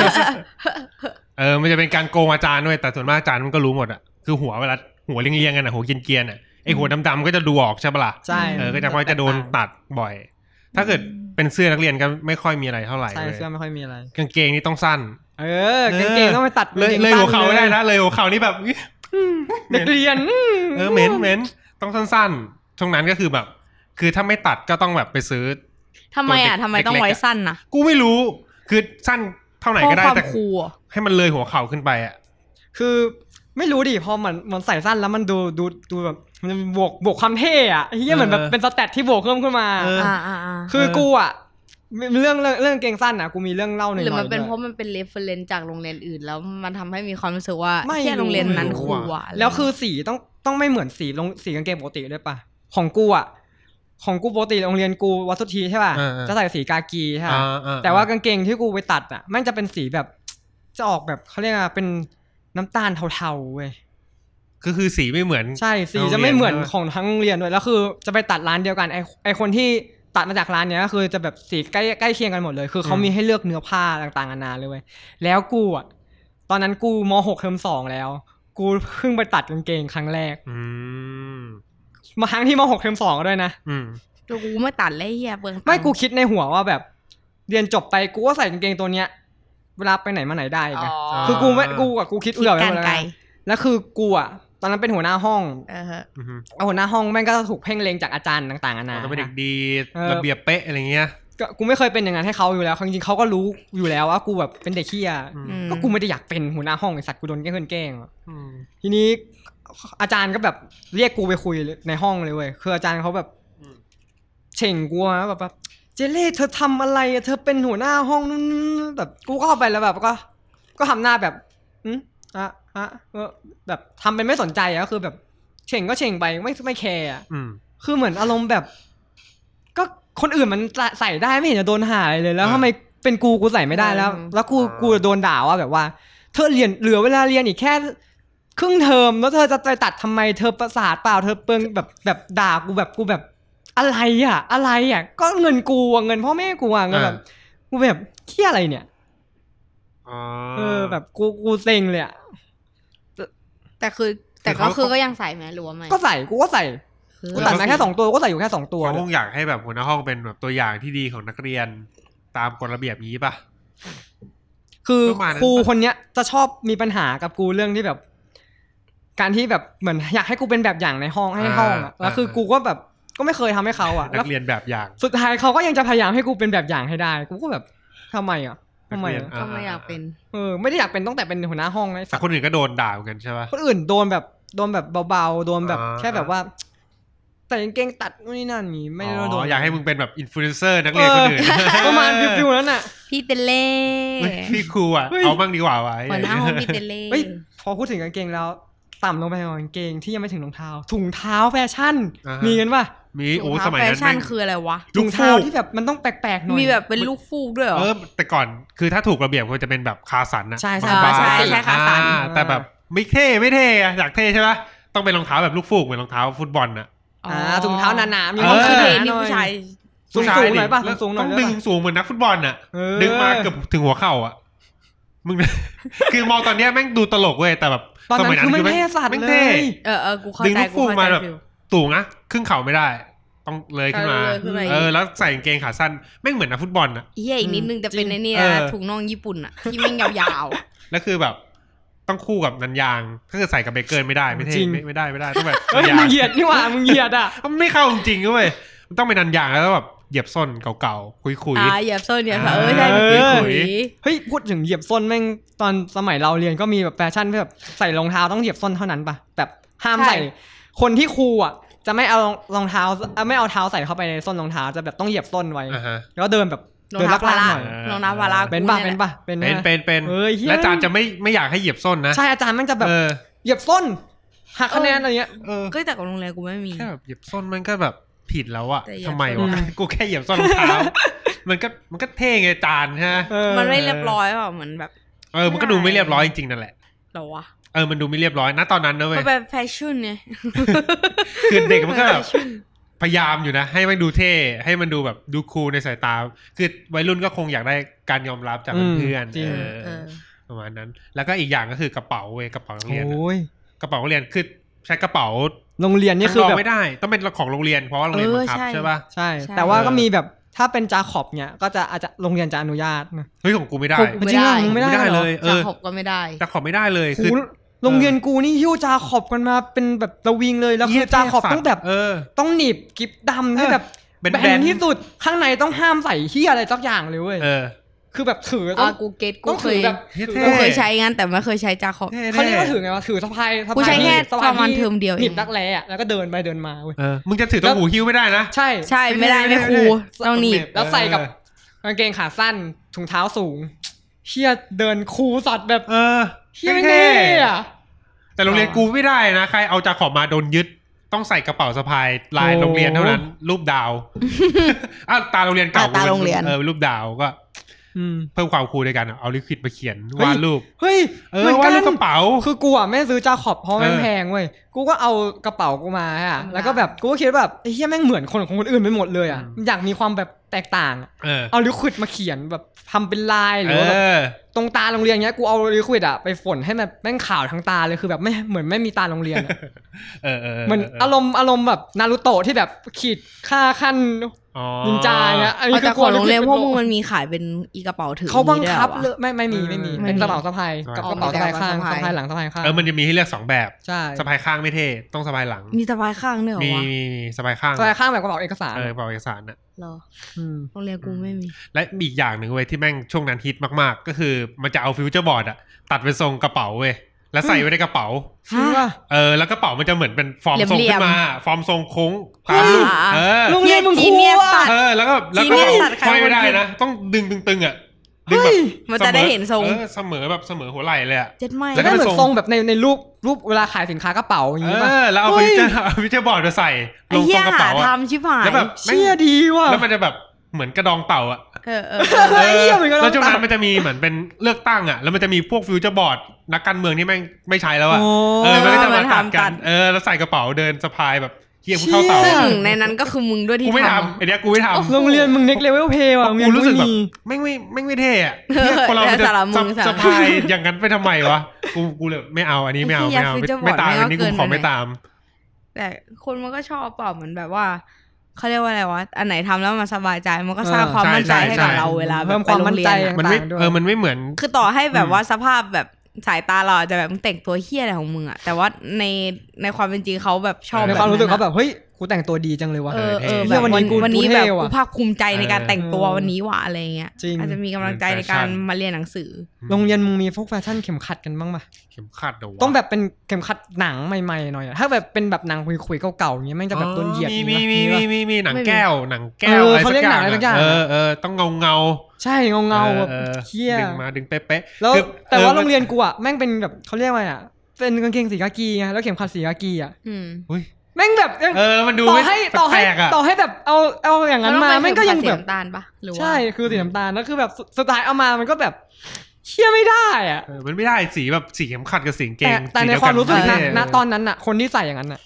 เออมันจะเป็นการโกงอาจารย์ด้วยแต่ส่วนมากอาจารย์มันก็รู้หมดอ่ะคือหัวเวลาหัวเรียงๆกันอ่ะหัวเกรียนๆอ่ะไอหัวดำๆก็จะดูออกใช่ปะล่ะ ใช่ เออ ก็จะค่อยจะโดนตัดบ่อย ถ้าเกิดเป็นเสื้อนักเรียนก็ไม่ค่อยมีอะไรเท่าไหร่ ใช่ เลย เสื้อไม่ค่อยมีอะไร กางเกงนี่ต้องสั้น เออกางเกงต้องไปตัด เลย กางกง เลยหัวเข่า สั้ ไม่ได้นะ เลยหัวเข่านี่แบบ เด็กเรียน เออเหม็นเหม็นต้องสั้นๆช่วงนั้นก็คือแบบ คือถ้าไม่ตัดก็ต้องแบบไปซื้อ ทำไมอ่ะทำไมต้องไว้สั้นนะ กูไม่รู้ คือสั้นเท่าไหร่ เพราะ ก็ได้ ความ แต่ คูลอะ ให้มันเลยหัวเข่าขึ้นไปอ่ะ คือไม่รู้ดิพอมันมันใส่สั้นแล้วมันดูดูดูแบบมันบวกบวกความเท่อะเฮียเหมือนแบบ เออ เป็นสแตทที่บวกเพิ่มขึ้นมา เออ อ่าอ่าอ่า คือ เออ กูอะเรื่องเรื่องเรื่องเกงสั้นอะกูมีเรื่องเล่าหน่อย ห ๆ รือมันเป็น ด้วย เพราะมันเป็นเรฟเฟรนจากโรงเรียนอื่น แล้วมันทำให้มีความรู้สึกว่า ไม่ แค่โรงเรียนนั้น รู้ คูลอ่ะ แล้วคือสีต้องต้องไม่เหมือนสีลงสีกางเกงปกติด้วยปะของกูอะของกูปกติโรงเรียนกูวัดทุกทีใช่ป่ะ เออเออ จะใส่สีกากีใช่ปะ อ่าอ่ แต่ว่ากางเกงที่กูไปตัดอ่ะแมันจะเป็นสีแบบ จะออกแบบเขาเรียกว่าเป็นน้ำตาลเทาๆเว้ย ก็คือสีไม่เหมือน ใช่สีจะไม่เหมือนของทั้งโรงเรียนด้วยแล้วคือ จะไปตัดร้านเดียวกันไอไอคนที่ตัดมาจากร้านเนี้ยก็คือจะแบบสีใกล้ใกล้เคียงกันหมดเลย คือเขา อืม มีให้เลือกเนื้อผ้าต่างๆนานาเลยเว้ยแล้วกูอ่ะตอนนั้นกูมหกเทอมสองแล้ว กูเพิ่งไปตัดกางเกงครั้งแรก อืม มาครั้งที่มหกเทอมสองด้วยนะ อืม แต่กูไม่ตัดเลยไอ้เฮียเบืองตังค์ ไม่กูคิดในหัวว่าแบบ เรียนจบไปกูก็ใส่กางเกงตัวเนี้ย เวลาไปไหนมาไหนได้อีก อ๋ อะ อ คือกูไม่กูอ่ะกูคิด คิด เผื่อไว้ กา หม ร ดแล้ว ไกล นะ แล้วคือกูอ่ะตอนนั้นเป็นหัวหน้าห้อง เออฮะ อืม เอาหัวหน้าห้องแม่งก็ถูกเพ่งเลงจากอาจารย์ต่างๆนานา ก็เป็นเด็กดี เออ ระเบียบเป๊ะอะไรเงี้ย ก็กูไม่เคยเป็นอย่างนั้นให้เขาอยู่แล้วจริงๆเขาก็รู้อยู่แล้วว่ากูแบบเป็นเด็กขี้ย อืม อืม ก็กูไม่ได้อยากเป็นหัวหน้าห้องไอสัตว์กูโดนแกล้งแกล้งอะ อืม ทีนี้อาจารย์ก็แบบเรียกกูไปคุยในห้องเลยเว้ยคืออาจารย์เขาแบบ อืม เฉ่งกูนะแบบว่าเจเล่เธอทำอะไรอะเธอเป็นหัวหน้าห้องนู่นนี่แบบกูก็เข้าไปแล้วแบบก็ ก็ทำหน้าแบบอืมอ่ะอ่ะเออแบบทำเป็นไม่สนใจอะก็คือแบบเฉ่งก็เฉ่งไปไม่ไม่แคร์อะ อืม คือเหมือนอารมณ์แบบ ก็คนอื่นมันใส่ได้ไม่เห็นจะโดนหาอะไรเลยแล้ว เออ ทำไมเป็นกูกูใส่ไม่ได้แล้ว แล้วกูกูจะโดนด่าว่าแบบว่า เธอเรียนเหลือเวลาเรียนอีกแค่ ครึ่งเทอมแล้วเธอจะไปตัดทำไมเธอประสาทเปล่าเธอเปิงแบบแบบด่ากูแบบกูแบบอะไรอ่ะ อะไรอ่ะ ก็เงินกูอะเงินพ่อแม่กูอ่ะเงินแบบกูแบบเคี้ยอะไรเนี่ย อ๋อ เออแบบกูกูเซ็งเลยอ่ะ แต่คือแต่ คือ ก็ เขา คือก็ยังใส่แมสหรือว่าไม่ ก็ใส่กูก็ใส่ คือ กูตัดมาแค่สองตัวกูก็ใส่อยู่แค่สองตัว เขาคงอยากให้แบบหัวหน้าห้องเป็นแบบตัวอย่างที่ดีของนักเรียนตามกฎระเบียบนี้ป่ะ คือ ประมาณนั้น ครู ปะ คนเนี้ยจะชอบมีปัญหากับกูเรื่องที่แบบ การที่แบบเหมือนอยากให้กูเป็นแบบอย่างในห้องให้ห้องอ่ะแล้วคือกูก็แบบก็ไม่เคยทำให้เขาอ่ะ นั แล้ว กเรียนแบบอย่าง สุดท้ายเขาก็ยังจะพยายามให้กูเป็นแบบอย่างให้ได้ กูก็แบบทำไมอ่ะทำไม นัเรีอ่ะน ก็ไม่อยากเป็น เออไม่ได้อยากเป็นตั้งแต่เป็นหัวหน้าห้องนะไอ้ แต่ สัก คนอื่นก็โดนด่าเหมือนกันใช่ป่ะ คนอื่นโดนแบบโดนแบบเบาๆโดนแบบ อ่า แค่แบบว่า แต่กางเกงตัดนู่นนี่นั่นนี่ไม่ได้โด อ๋ น ออยากให้มึงเป็นแบบอินฟลูเอนเซอร์นักเรียนคนอื่น ประมาณฟิวๆนั้นน่ะ พี่เตเล่ เฮ้ยพี่ครูอ่ะ เฮ้ย เอาบ้างดีกว่าไว้ หัวหน้าห้องพี่เตเล่ เฮ้ยพอพูดถึงกางเกงแล้ว ต่ำลงไปของกางเกงที่ยังไม่ถึงรองเท้า ถุงเท้าแฟชั่น มีกันป่ะ มีโอ้ ถุงเท้า สมัย แฟ นั้น ชั่น แม่ง คืออะไรวะ ลู ถุ ก งเท้า ฟูก ที่แบบมันต้องแปลกๆหน่อย มีแบบเป็นลูกฟูกด้วยเหรอ เออแต่ก่อนคือถ้าถูกระเบียบควรจะเป็นแบบคาสันอะ ใช่ใช่ บางๆ ใช่ใช่ คาสัน อ่แต่แบบไม่เท่ไม่เท่อะอยากเท่ใช่ป่ะต้องเป็นรองเท้าแบบลูกฟูกเหมือนรองเท้าฟุตบอลน่ะ อ่าถุงเท้าหนาๆมี เออ ความ คื คืออ เพลเทง น นี่ ผู้ ผู้ ชา ชาย ย สูง ผู้ชา ๆหน่อยป่ะ แล้ว สูงๆหน่อย ต้ ได้ องดึง ป่ะ สูงเหมือนนักฟุตบอลน่ะ เออ ดึงมาเกือบถึงหัวเข่าอ่ะ มึง คือมองตอนเนี้ยแม่งดูตลกเว้ยแต่แบบ ตอนนั้นคือไม่ แม่ง เท่สัตว์ แม่ง เล เท่ ย เออเออกูเข้า ดึง ใจ ลูก กู ฟูก เข้าใจ มาแบบ ฟิล สูงนะครึ่งเข่าไม่ได้ ต้องเลยขึ้นมา เออเลยขึ้นมาอีก เออแล้วใส่กางเกงขาสั้นแม่งเหมือนนักฟุตบอลน่ะ เฮียอีกนิดนึงแต่เป็นในนี่ เอ นะ อ ถุงน่องญี่ปุ่นอะที่แม่งยาวๆอะ แล้วคือแบบต้องคู่กับนันยางถ้าเกิดใส่กับเบเกอร์ไม่ได้ไม่เท่ จริง ไม่ไม่ได้ไม่ได้ต้องแบบ เฮ้ย นันยางมึงเหยียดนี่หว่ามึงเหยียดอ่ะ มันไม่เข้าจริงๆเว้ยมันต้องเป็นนันยางแล้วแบบเหยียบส้นเก่าๆคุย อ่า ๆ เหยียบส้นเหยียบส้นเออใช่ เออ ถุย เฮ้ยพูดถึงเหยียบส้นแม่งตอนสมัยเราเรียนก็มีแบบแฟชั่นที่แบบใส่รองเท้าต้องเหยียบส้นเท่านั้นปะแบบห้ามใส่ คนที่ครูอ่ะ จะไม่เอารองเท้าเอ่อไม่เอาเท้าใส่เข้าไปในส้นรองเท้าจะแบบต้องเหยียบส้นไว้ อ่าฮะ แล้วเดินแบบ รอง เดิน เท้า ลัก พาราลางหน่อย รองเท้าพารา เป็น กู ปะ ย เป็นปะเป็น เป็น ปะ เป็นเป็น เอ้ยเหี้ย และอาจารย์จะไม่ไม่อยากให้เหยียบส้นนะ ใช่อาจารย์แม่งจะแบบ เออ เหยียบส้นหักคะแนนอะไรเงี้ย เออ ก็แต่กับโรงแรมกูไม่มี แค่แบบเหยียบส้นมันก็แบบผิดแล้วอะ แต่เหยียบ ทำไม ส้ วะ น กูแค่เหยียบส้นรองเท้า มันก็มันก็เท่ไงจานฮะ เออ มันไม่เรียบร้อยเปล่าเหมือนแบบ เออมันก็ดูไม่เรียบร้อยจริงๆนั่นแหละ เหรอวะ เออมันดูไม่เรียบร้อยนะตอนนั้นนะเว้ย มันแบบแฟชั่นไง คือเด็กมันก็แบบ แฟชั่น พยายามอยู่นะ ให้มันดูเท่ให้มันดูแบบดูคูลในสายตา คือวัยรุ่นก็คงอยากได้การยอมรับจาก อืม เพื่อนๆ จริง เออ เออ ประมาณนั้น แล้วก็อีกอย่างก็คือกระเป๋าเว้ยกระเป๋านัก โอ เรียนอะ ้ย กระเป๋านักเรียนคือใช้กระเป๋า โรงเรียนนี่คือ ข้าง แบ ก บ ไม่ได้ ต้องเป็นของโรงเรียนเพราะว่าโรงเรียนบังคับ เออใช่ ใช่ป่ะ ใช่ ใช่ แต่ว่าก็ เออ มีแบบถ้าเป็นจาขอบเนี่ยก็จะอาจจะโรงเรียนจะอนุญาตนะ เฮ้ยของกูไม่ได้ ของกู จริงเหรอมึงไม่ได้ ไม่ได้ หรอ เลย ออ จะขบก็ไม่ได้ แต่ขอไม่ได้เลย โห คือ โรงเรียนกูนี่หิ้วจาขอบกันมาเป็นแบบระวิงเลยแล้วคือจาขอบต้องแบบ เออ ต้องหนีบกิบดำให้แบบ เออ แบ แบน น ๆ ที่สุดข้างในต้องห้ามใส่เฮียอะไรสักอย่างเลยเว้ย เออ คือแบบถือต้ อ่า อง กูเก็ตกู ต้อง เค ถื ย อแบบ เหี้ยเท่ กูเคยใช้งานแต่ไม่เคยใช้จาขอบ เขาเรียกว่าถือไงวะถือสะพายสะ กู พาย ใช้แค่ สะพาย ประมาณเทอมเดียวเอง หนีบรักแร้อะแล้วก็เดินไปเดินมาเว้ย เออ มึงจะถือตัวหูหิ้วไม่ได้นะ ใช่ ใช่ ไม่ ไม่ ได้ ได้ไม่ครู ไม่ได้ ต้องหนีบ แล้วใส่กับกางเกงขาสั้นถุงเท้าสูงเฮียเดินคูลสัตว์แบบ เออ เฮียไม่เท่อะ แต่โรงเรียนกูไม่ได้นะ ใครเอาจากขอบมาโดนยึด ต้องใส่กระเป๋าสะพายลาย โอ้ โรงเรียนเท่านั้น รูป ดาว อ้าวตาโรงเรียนเก่า อ่ะตาโรงเรียน เออรูปดาวก็ อืม เพิ่มความคูลในการเอาลิควิดมาเขียน เฮ้ย วาดรูป เฮ้ย เอ ห อ มืน วาด น รูปกระเป๋า คือกูอ่ะไม่ซื้อจาขอบเพราะแม่ง เออ แพงเว้ย กูก็เอากระเป๋ากูมาอ่ะ อืม แล้วก็แบบกูก็คิดว่าแบบไอ้เหี้ยแม่งเหมือนคนของคนอื่นไปหมดเลยอ่ะ อยากมีความแบบแตกต่างอะ เออ เอาลิควิดมาเขียนแบบทำเป็นลายห เอ รือว่าแบบ อ ตรงตาโรงเรียนเงี้ยกูเอาลิควิดอ่ะไปฝนให้มันแม่งขาวทั้งตาเลยคือแบบไม่เหมือนไม่มีตาโรงเรียนอะ เออเออ เหมือนอารมณ์อารมณ์แบบนารูโตะที่แบบขีดค่าขั้น อ๋อ นินจาเงี้ยอันนี้ เอา คื แต่ อ ข กู อง อา โรงเรียน ลิ พ ค ว ด ก ไป มึง โปะ มันมีขายเป็นอีกระเป๋าถือ เขาบัง อย่นี้ด้วย คับ หรอวะ เลยไม่ไม่มีไม่มี เออ เป็นกระเป๋าสะพาย ไม่มี กับกระเป๋าสะพายข้าง อ๋อ สะพายหลังสะพายข้าง เออมันจะมีให้เลือกสองแบบ ใช่ สะพายข้างไม่เท่ต้องสะพายหลัง มีสะพายข้างด้วยเหรอ มี วะ มีมีสะพายข้าง สะพายข้างแบบกระเป๋าเอกสาร เออกระเป๋าเอกสารน่ะ เหรอ ม โรงเรียนกูไม่มี และมีอีกอย่างหนึ่งเว้ยที่แม่งช่วงนั้นฮิตมากๆ ก็คือมันจะเอาฟิวเจอร์บอร์ดอะตัดเป็นทรงกระเป๋าเว้ยแล้วใส่ไว้ในกระเป๋า จริงป่ะ เออแล้วกระเป๋ามันจะเหมือนเป็นฟอร์ม เหลี่ยม ทรงขึ้นมา ฟอร์มทรงโค้ง เฮ้ ตาม ย รูปเออ ลูก งเรียนมึงครูจีอะเนียสสัตว์ เออแล้วก็แล้วก็ จีเนียสสัตว์ใคร ห้อยไม่ได้ คนคิด นะ ต้องดึงตึงๆอะดึงแบบ เฮ้ย มันจะได้เห็นทรง เออเสมอแบบเสมอหัวไหล่เลยอะ เจ็ดไม่ แล้ แล้ว ว ก็ ก็เห เป็ มื น อ ทรง นทรงแบบในในรูปรูปเวลาขายสินค้ากระเป๋าอย่าง เอ นี้ป่ะ อแล้วเอา เฮ้ ฟิวยเจอร์ฟิวเจอร์บอร์ดมาใส่ล ไอ้ ง เหี้ ทร ย งกระ หา เป๋าอะ ทำชิบหาย แล้วแบบแม่ง เชี่ยดีว่ะ แล้วมันจะแบบเหมือนกระดองเต่าอะ เ เออเออเออ เฮ้ยเหี้ยเหมือนกัน แล้วช่วงนั้นมันจะมีเหมือนเป็นเลือกตั้งอ่ะ แล้วมันจะมีพวกฟิวเจอร์บอร์ดนักการเมืองที่แม่งไม่ใช้แล้วอ่ะ โอ้ เออ มันก็จะมาตัด มาทำกั กัน น เออ แล้วใส่กระเป๋าเดินสะพายแบบเฮียกูเข้าเต่า ซึ่งในนั้นก็คือมึงด้วยที่ กูไม่ ทำ ทำไอเนี้ยกูไม่ทำ โรงเรียนมึงเน็กเลเวลเพย์ว่ะ กู โงเยน รู้สึกแบบ ไม่มี ไม่งไม่ไม่งไม่เท่อะ เออ คนเรามันจะ แล้วสารมึง จะ สารมึง จะพายอย่างนั้นไปทำไมวะ กูกูเลยไม่เอาอันนี้ไม่เอา ไอ้เหี้ย ไม่เอา future board ไม่ตาม แม่งก็ อันนี้กู เกิน ขอ ไป ไม่ตาม แต่คนมันก็ชอบเปล่าเหมือนแบบว่าเขาเรียกว่าอะไรวะอันไหนทำแล้วมันสบายใจมันก็สร้าง เออ ความมั่นใจ ใช่ ให้ ใช่ กับเราเวลาแบบ เพิ่ม ไปโรงเรียน ความมั่นใจ อะ มันไม่ ต่างๆด้วย เออมันไม่เหมือน คือต่อให้แบบ อืม ว่าสภาพแบบสายตาเราอาจจะแบบมึงแต่งตัวเฮี้ยอะไรของมึงอะแต่ว่าในในความเป็นจริงเขาแบบชอบ ใน แบบ ความรู้สึกเขา นั้นอะ แบบเฮ้ยกูแต่งตัวดีจังเลยว่ะ เออเออ เหี้ แบ ย บ วันนี้กู วันนี้ กูเท่ แบบ ว่ะ กูภาคภูมิใจในการแต่งตัว เออ วันนี้ว่ะอะไรเงี้ย จริง อาจจะมีกำลังใจในการมาเรียนหนังสือ โรงเรียนมึงมีพวกแฟชั่นเข็มขัดกันบ้างปะ เข็มขัดเหรวะ ต้องแบบเป็นเข็มขัดหนังใหม่ๆหน่อยอะถ้าแบบเป็นแบบหนังคุยๆเก่าๆอย่างเงี้ยแม่งจะแบบโดนเหยียบ อ๋อมี อย่าง มี งี้ปะ มี ปะ มีมีมีหนัง ไม่มี แก้วหนังแก้ว เออ อะไร เขา สั เรีย ก ก อย่า หนั ง งอะไรสักอ อะ ย่าง เออเออต้องเงาเงา ใช่เงา ๆ เงาๆแบบ ออ เหี้ย ดึงมาดึงเป๊ะๆ แล้ว คือ แต่ ออ ว่าโรงเรียนกูอะแม่งเป็นแบบเขาเรียกว่าอะเป็นกางเกงสีกากีไงแล้วเข็มขัดสีกากีอะ อืม อุ๊ย แม่งแบบยัง เออมันดู ต่อ ไม่ ให้ต่อให้ แปลกๆอะ ต่อให้แบบเอาเอาอย่างนั้นมาแม่งก็ยังแบบ เสีน้ำตาลปะหรือว่า ใช่คือสีน้ำตาลแล้วคือแบบสุสุดท้ายเอามามันก็แบบเชื่อไม่ได้อะ เออมันไม่ได้สีแบบสีเข็มขัดกับสีกางเก แต่ ง แต่ สี ใน เดีย ค กั วามรู้สึกนะ เ ณตอนนั้นอะคนที่ใส่อย่างนั้นอะ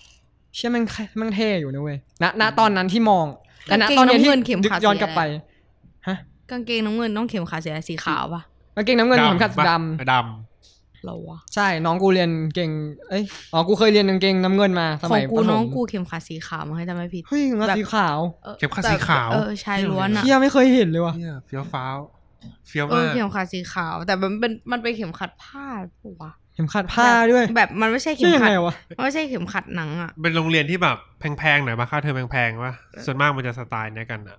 เชื่อแมันมันเท่อยู่นะเว้ยณณตอนนั้นที่มองแต่ณตอนเนี้ยที่ดึกย้อนกลับไปฮะ กางเกงน้ำเงินต้องเข็มขาดสีอะไรสีขาวปะ กางเกงน้ำเงินผมขัดสีด ปะดำ เหรอวะ ำใช่น้องกูเรียนเกงเอ้ยอ๋อกูเคยเรียนกางเกงน้ำเงินมาส ขอ มั ง ย กู ประถม น้องกูเข็มขัดสีขาวมาให้จำไม่ผิด เฮ้ยงาสีขาว ออ เข็มขัดสีขาว เออชายล้วนอ่ะ เชี่ยไม่เคยเห็นเลยว่ะ เนี่ยเฟี้ยวฟ้าวเฟี้ยว เอ มา อก เข็มขัดสีขาว แต่มันเป็นมันเป็นเข็มขัดผ้าปะวะ เข็มขัดผ้าด้วย แบบมันไม่ใช่เข็ เชื่อ ม ยัง ขัด ไงวะ มันไม่ใช่เข็มขัดหนังอ่ะ เป็นโรงเรียนที่แบบแพงๆหน่อยปะค่าเทอมแพงๆวะส่วนมากมันจะสไตล์เนี้ยกันอ่ะ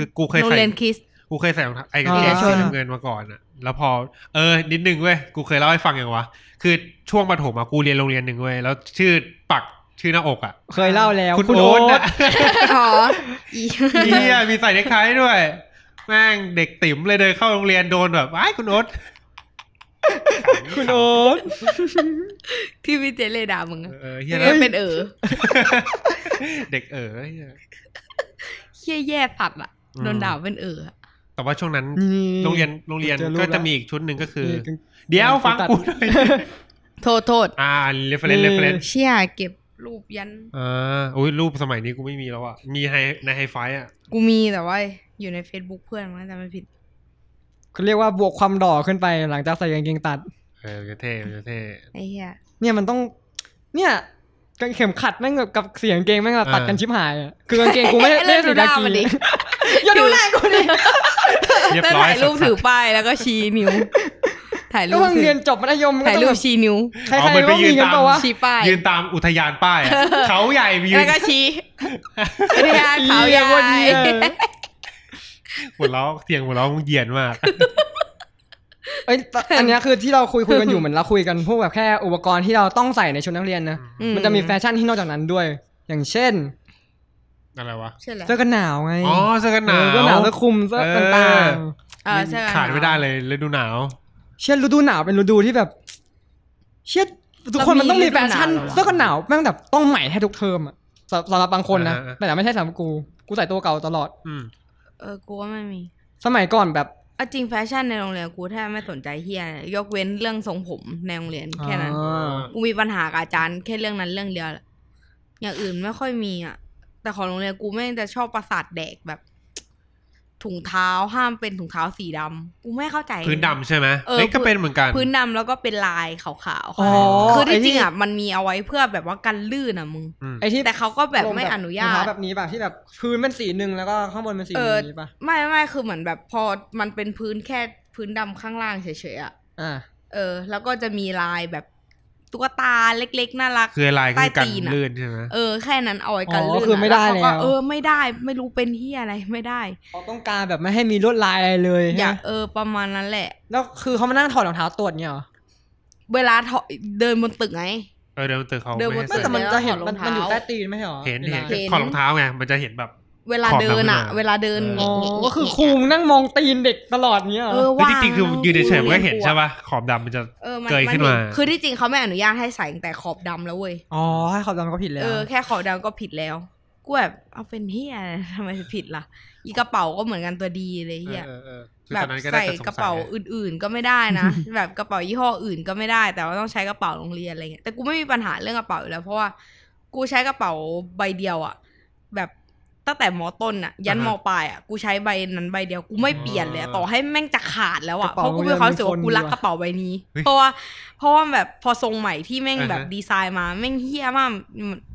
คือกูเคยใส่ โรงเรียนคริส กูเคยใส่รองเท้าไอ้กางเกง อ่า สีน้ำเงินมาก่อนอ่ะ แล้วพอเออนิดนึงเว้ยกูเคยเล่าให้ฟังอย่างวะ คือช่วงประถมอะกูเรียนโรงเรียนหนึ่งเว้ยแล้วชื่อปักชื่อหน้าอกอ่ะ เคยเล่าแล้ว คุณโอ๊ต ต อ่ะ อ๋ออี เฮียมีใส่เนคไทด้วย แม่งเด็กติ๋มเลยเดินเข้าโรงเรียนโดนแบบไอ้ายคุณโอ๊ต คุณโอ๊ต ที่พี่เจเลด่ามึงอะ เออเฮีย เอ แล้ว อเป็นเออ เด็กเออเหี้ย เฮี้ยแย่สัตว์อ่ะ อืม โดนด่าเป็นเอออะ แต่ว่าช่วงนั้น นี่ โรงเรียนโรงเรียน เจอรูป ก็ แล้ จะ ว มีอีกชุดหนึ่งก็คือ นี่กาง เดี๋ยวฟัง ตัด กูหน่อย โทษโทษ อ่าเรฟเฟรนซ์เรฟเฟรนซ์ เชี่ยเก็บรูปยัน อ่าอุ้ยรูปสมัยนี้กูไม่มีแล้วอ่ะ มีไฮในไฮไฟอ่ะ กูมีแต่ว่าอยู่ใน Facebook เพื่อนมั้งจำไม่ผิด เขาเรียกว่าบวกความดอขึ้นไปหลังจากใส่กางเกงตัด เออเท่เท่ ไอ้เหี้ย เนี่ยมันต้อง เนี่ยกางเข็มขัดแม่งแบบกับเสียงเกงแม่งแบบ อ่า ตัดกันชิบหายอะคือกางเกงกู ไม่ เลิ ไม่ กดู สี หน้า ดากี มันดิ อย่าดูหน้ากูดิ เรียบ แล้ว ร้อย ถ่ายรูป สั ถื ต อ ว์ ป้ายแล้วก็ชี้นิ้ว ถ่ายรู ก็ ป เพิ่ง ถือ เรียนจบมัธยมก็ ถ่าย ต้อง รู แบ ป บ ชี้นิ้ว ใครๆก็มีกันเปล่าวะ ชี้ป้าย ยืนตามอุทยานป้ายอ่ ะ เขาใหญ่ยืน แล้วก็ชี้ไอ้เหี้ยขาว เหี้ย ยา โคตรเหี้ ย ย หัวเราะเสียงหัวเราะมึงเหยียดมาก เอ้ยแต่อันเนี้ยคือที่เราคุยคุยกันอยู่เหมือนเราคุยกันพวกแบบแค่อุปกรณ์ที่เราต้องใส่ในชุดนักเรียนนะ อื มันจะมีแฟชั่นที่นอกจากนั้นด้วย อย่างเช่น อะไรวะ ใช่แหละ เสื้อกันหนาวไง อ๋อเสื้อกันหนาว เออเสื้อกันหนาวเสื้อคลุมเสื้อต่าง เออ ๆ เออใช่ ขาดไม่ได้เลยฤดูหนาว เช่นฤดูหนาวเป็นฤดูที่แบบ เช่นทุกคนมันต้องมีแฟชั่นเสื้อกันหนาวแม่งแบบต้องใหม่ให้ทุกเทอมอะสำสำหรับบางคนนะ อ่าฮะ แต่ไม่ใช่สำหรับกู กูใส่ตัวเก่าตลอด อืม เออกูว่าไม่มี สมัยก่อนแบบ เอาจริงแฟชั่นในโรงเรียนกูแทบไม่สนใจเฮียเลยยกเว้นเรื่องทรงผมในโรงเรียนแค่นั้น อ่า กูมีปัญหากับอาจารย์แค่เรื่องนั้นเรื่องเดียวแหละอย่างอื่นไม่ค่อยมีอ่ะ แต่ของโรงเรียนกูแม่งจะชอบประสาทแดกแบบ ถุงเท้าห้ามเป็นถุงเท้าสีดำกูไม่เข้าใจ พื้นดำใช่ไหม เออ เฮ้ยก็เป็นเหมือนกัน พื้นดำแล้วก็เป็นลายขาวๆ อ๋อ ค่ะคือที่จริง ไ อ่ะมันมีเอาไว้เพื่อแบบว่ากันลื่นอ่ะมึง ไอ้ที่ แต่เขาก็แบบไม่อนุญา รงเท้ ต แบบนี้ป่ะที่แบบพื้นเป็นสีหนึ่งแล้วก็ข้างบนเป็นสีหนึ่ง เออ นี้ป่ะ ไม่ไม่คือเหมือนแบบพอมันเป็นพื้นแค่พื้นดำข้างล่างเฉยๆอ่ะ อ่า เออ แล้วก็จะมีลายแบบตุ๊กตาเล็กๆน่ารัก คือลายคือกัน ใต้ตีนอะ ลื่นใช่ไหม เออแค่นั้นเอาไว้ อ๋ กัน อ ลื่น คือไม่ได้ อะ แล้ เขาก็ ว เออไม่ได้ไม่รู้เป็นที่อะไรไม่ได้ เขาต้องการแบบไม่ให้มีลวดลายอะไรเลย อ ใช่ ยา ไหม เออประมาณนั้นแหละ แล้วคือเขามานั่งถอดรองเท้าตรวจเนี่ยเหรอ เวลาถอยเดินบนตึกไง เออเดินบนตึกเขา เดินบไม่นไม่ ให้ แต่ ใส่ มันจะเห็นมัน ถอดรองเท้ามั มันอยู่ใต้ตีนไม่ใช่เหรอ เห็น ว เห็ ลาน เห็น ขอดรองเท้าไงมันจะเห็นแบบ เวลาเดินอ่ะ ขอบน้ำขึ้นมา เวลาเดิน เออ อ๋อ แงะ ก็คือครูนั่งมองตีนเด็กตลอดเนี่ยเหรอ เออ คือ ว่า จริงๆคือยืนเฉยๆมันก็เห็นใช่ ปะ ป่ะขอบดำมันจะ เออมัน เกยขึ้นมา คือที่จริงเขาไม่อนุญาตให้ใส่แต่ขอบดำแล้วเว้ย อ๋อให้เขาจำก็ผิดแล้ว เออแค่ขอบดำก็ผิดแล้ว กูแบบเอาเป็นเฮียอะไรทำไมจะผิดล่ะ อีกระเป๋าก็เหมือนกันตัวดีเลยเฮีย เออเออเออคือ แบ ต บ อนนั้นก็ได้ ใส่ แต่สง กระเป๋า สัย อื่น ๆ ก็ไม่ได้นะ แบบกระเป๋ายี่ห้ออื่นก็ไม่ได้ แต่ว่าต้องใช้กระเป๋าโรงเรียนอะไรเงี้ยแต่กูไม่มีปัญหาเรื่องกระเป๋าอยู่แล้วเพราะว่ากูใช้กระเป๋าใบเดียวอะแบบตั้งแต่มอต้นอะยันมอปลายอะกูใช้ใบนั้นใบเดียวกูไม่เปลี่ยนเลยอะต่อให้แม่งจะขาดแล้วอะเพกระเป๋า ราะกูมีความรู้สึกว่ากูรัก เงินคน กระเป๋าใบนี้ เฮ้ย เพราะว่า เพราะว่าแบบพอทรงใหม่ที่แม่ง อ่าฮะ แบบดีไซน์มาแม่งเฮี้ยมากมัน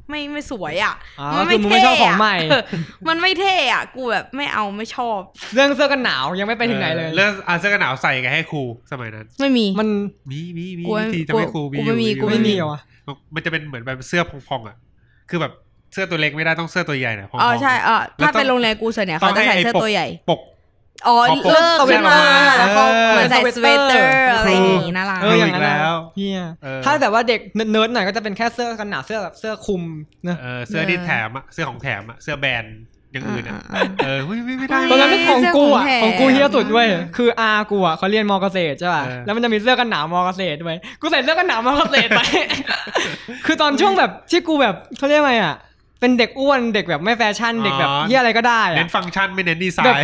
ไม่ไม่สวยอ่ะ อ๋อคือมึงไม่ชอบของใหม่ เออมันไม่เท่อ่ะ กูแบบไม่เอาไม่ชอบ เรื่องเสื้อกันหนาวยังไม่ไปถึงไหนเลย ออเรื่องอาเสื้อกันหนาวใส่กันให้ครูสมัยนั้น ไม่มี มัน มีมีมี กลัว วิธีทำให้ครู กลัวไม่มี อยู่ กลัว ไม่มี อยู่ เหรอวะ มันจะเป็นเหมือนแบบเสื้อพองๆอ่ะ คือแบบเสื้อตัวเล็กไม่ได้ต้องเสื้อตัวใหญ่หน่อยพองๆ อ๋อใช่เออ แล้ว ถ้า ต้อง เป็นโรงแรมกูส่วนใหญ่เขาจะใส่เสื้อตัวใหญ่ ปก อ๋อ ขอบคุณ เลิก ขอบคุ ขึ้ ณ นมาแล้วเขา เออ เหมือนใส่สเวตเตอร์ สเวตเตอร์ อะไรอย่างงี้น่ารัก เอออย่างนั้นแล้ว เฮีย เออ ถ้าแต่ว่าเด็กเนิร์ดๆหน่อยก็จะเป็นแค่เสื้อกันหนาวเสื้อแบบเสื้อคลุมเนอะ เออเสื้อที่แถมอ่ะ เสื้อของแถมอ่ะ เสื้อแบรนด์อย่างอื่นอ่ะ อ่า เออไม่ไม่ไม่ได้ ตอนนั้นเป็นของกูอ่ะ เสื้อ ข ข อ อง งแถม กูเฮียสุดเว้ยคืออากูอ่ะเขาเรียนมอเกษตรใช่ป่ะ เออ แล้วมันจะมีเสื้อกันหนาวมอเกษตรเว้ยกูใส่เสื้อกันหนาวมอเกษ ตรไป คือตอนช่วงแบบที่กูแบบเขาเรียกว่าไงอ่ะเป็นเด็กอ้วนเด็กแบบไม่แฟชั่นเด็กแบบเฮียอะไรก็ได้ เน้ อ่ะ นฟังก์ชันไม่เน้นดีไซ แบบ น์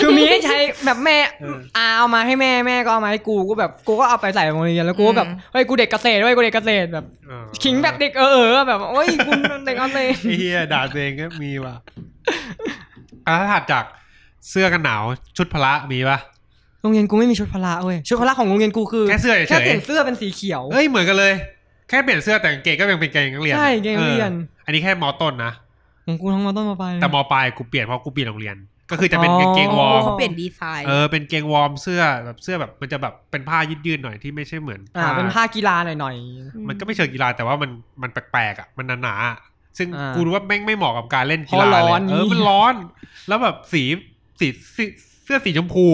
คือมีให้ใช้แบบแม่ เออ อาเอามาให้แม่แม่ก็เอามาให้กูกูแบบกูก็เอาไปใส่โรงเรียนแล้วกูก็แบบเฮ้ยกูเด็กเกษตรเว้ยกูเด็กเกษตรแบบ เออ ขิงแบบเด็กเออเออแบบโอ้ยคุณ เด็กเอาเลย ไอ้เฮียด่าตัวเองก็มีว่ะอ่ะถ้าถัดจากเสื้อกันหนาวชุดพละมีป่ะ โรงเรียนกูไม่มีชุดพละเว้ยชุดพละของโรงเรียนกูคือ แค่เสื้อเฉยๆ แค่เปลี่ยนเสื้อเป็นสีเขียว เอ้ยเหมือนกันเลยแค่เปลี่ยนเสื้อแต่กางเกงก็ยังเป็นกางเกงนักเรียน ใช่กางเกงนักเรียน อออันนี้แค่มอต้นนะ ของกูทั้งมาต้นมาปลายเลย แต่มอปลายกูเปลี่ยนเพราะกูเปลี่ยนโรงเรียน ก็คือจะเป็น อ๋อ กางเกงวอร์ม เขาเปลี่ยนดีไซน์ เออเป็นเกงวอร์มเสื้อแบบเสื้อแบบมันจะแบบเป็นผ้ายืดๆหน่อยที่ไม่ใช่เหมือน อ่าเป็นผ้ากีฬาหน่อย มันก็ไม่เชิงกีฬาแต่ว่ามันมันแปลกๆอ่ะมันหนาๆอ่ะซึ่ง อ่ากู กูรู้ว่าแม่งไม่เหมาะกับการเล่นกีฬา เพราะร้ เล อย น เออ นี่ มันร้อน แล้วแบบสีสีสีเสื้อสีชมพู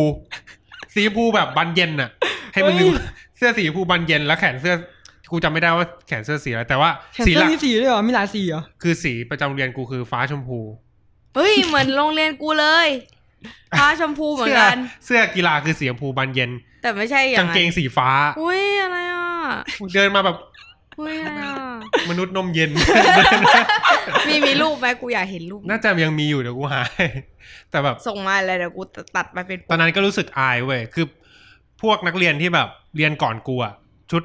สีชมพูแบบบานเย็นอ่ะ ให้มึงนึกว่าเสื้อสีชมพูบานเย็นแล้วแขนเสื้อกูจำไม่ได้ว่าแขนเสื้อสีอะไรแต่ว่า ๆแขน สีหเสื้อ ลัก มีสีด้วยเหรอมีหลายสีเหรอ คือสีประจำโรงเรียนกูคือฟ้าชมพู เฮ้ย เหมือนโรงเรียนกูเลยฟ้าชมพูเหมือน เสื้อ กัน เสื้อกีฬาคือสีชมพูบานเย็น แต่ไม่ใช่อย่าก าง ง นั้ เกง น สีฟ้า อุ้ยอะไรอ่ะ เดินมาแบบ อุ้ยอะไรอ่ะ มนุษย์นมเย็น มีมีรูปไหมกูอยากเห็นรูป น่าจะยังมีอยู่เดี๋ยวกูหาให้แต่แบบ ส่งมาเลยเดี๋ยวกูตัดไปเป็น ตอนนั้นก็รู้สึกอายเว้ยคือ พวกนักเรียนที่แบบเรียนก่อนกูอะชุด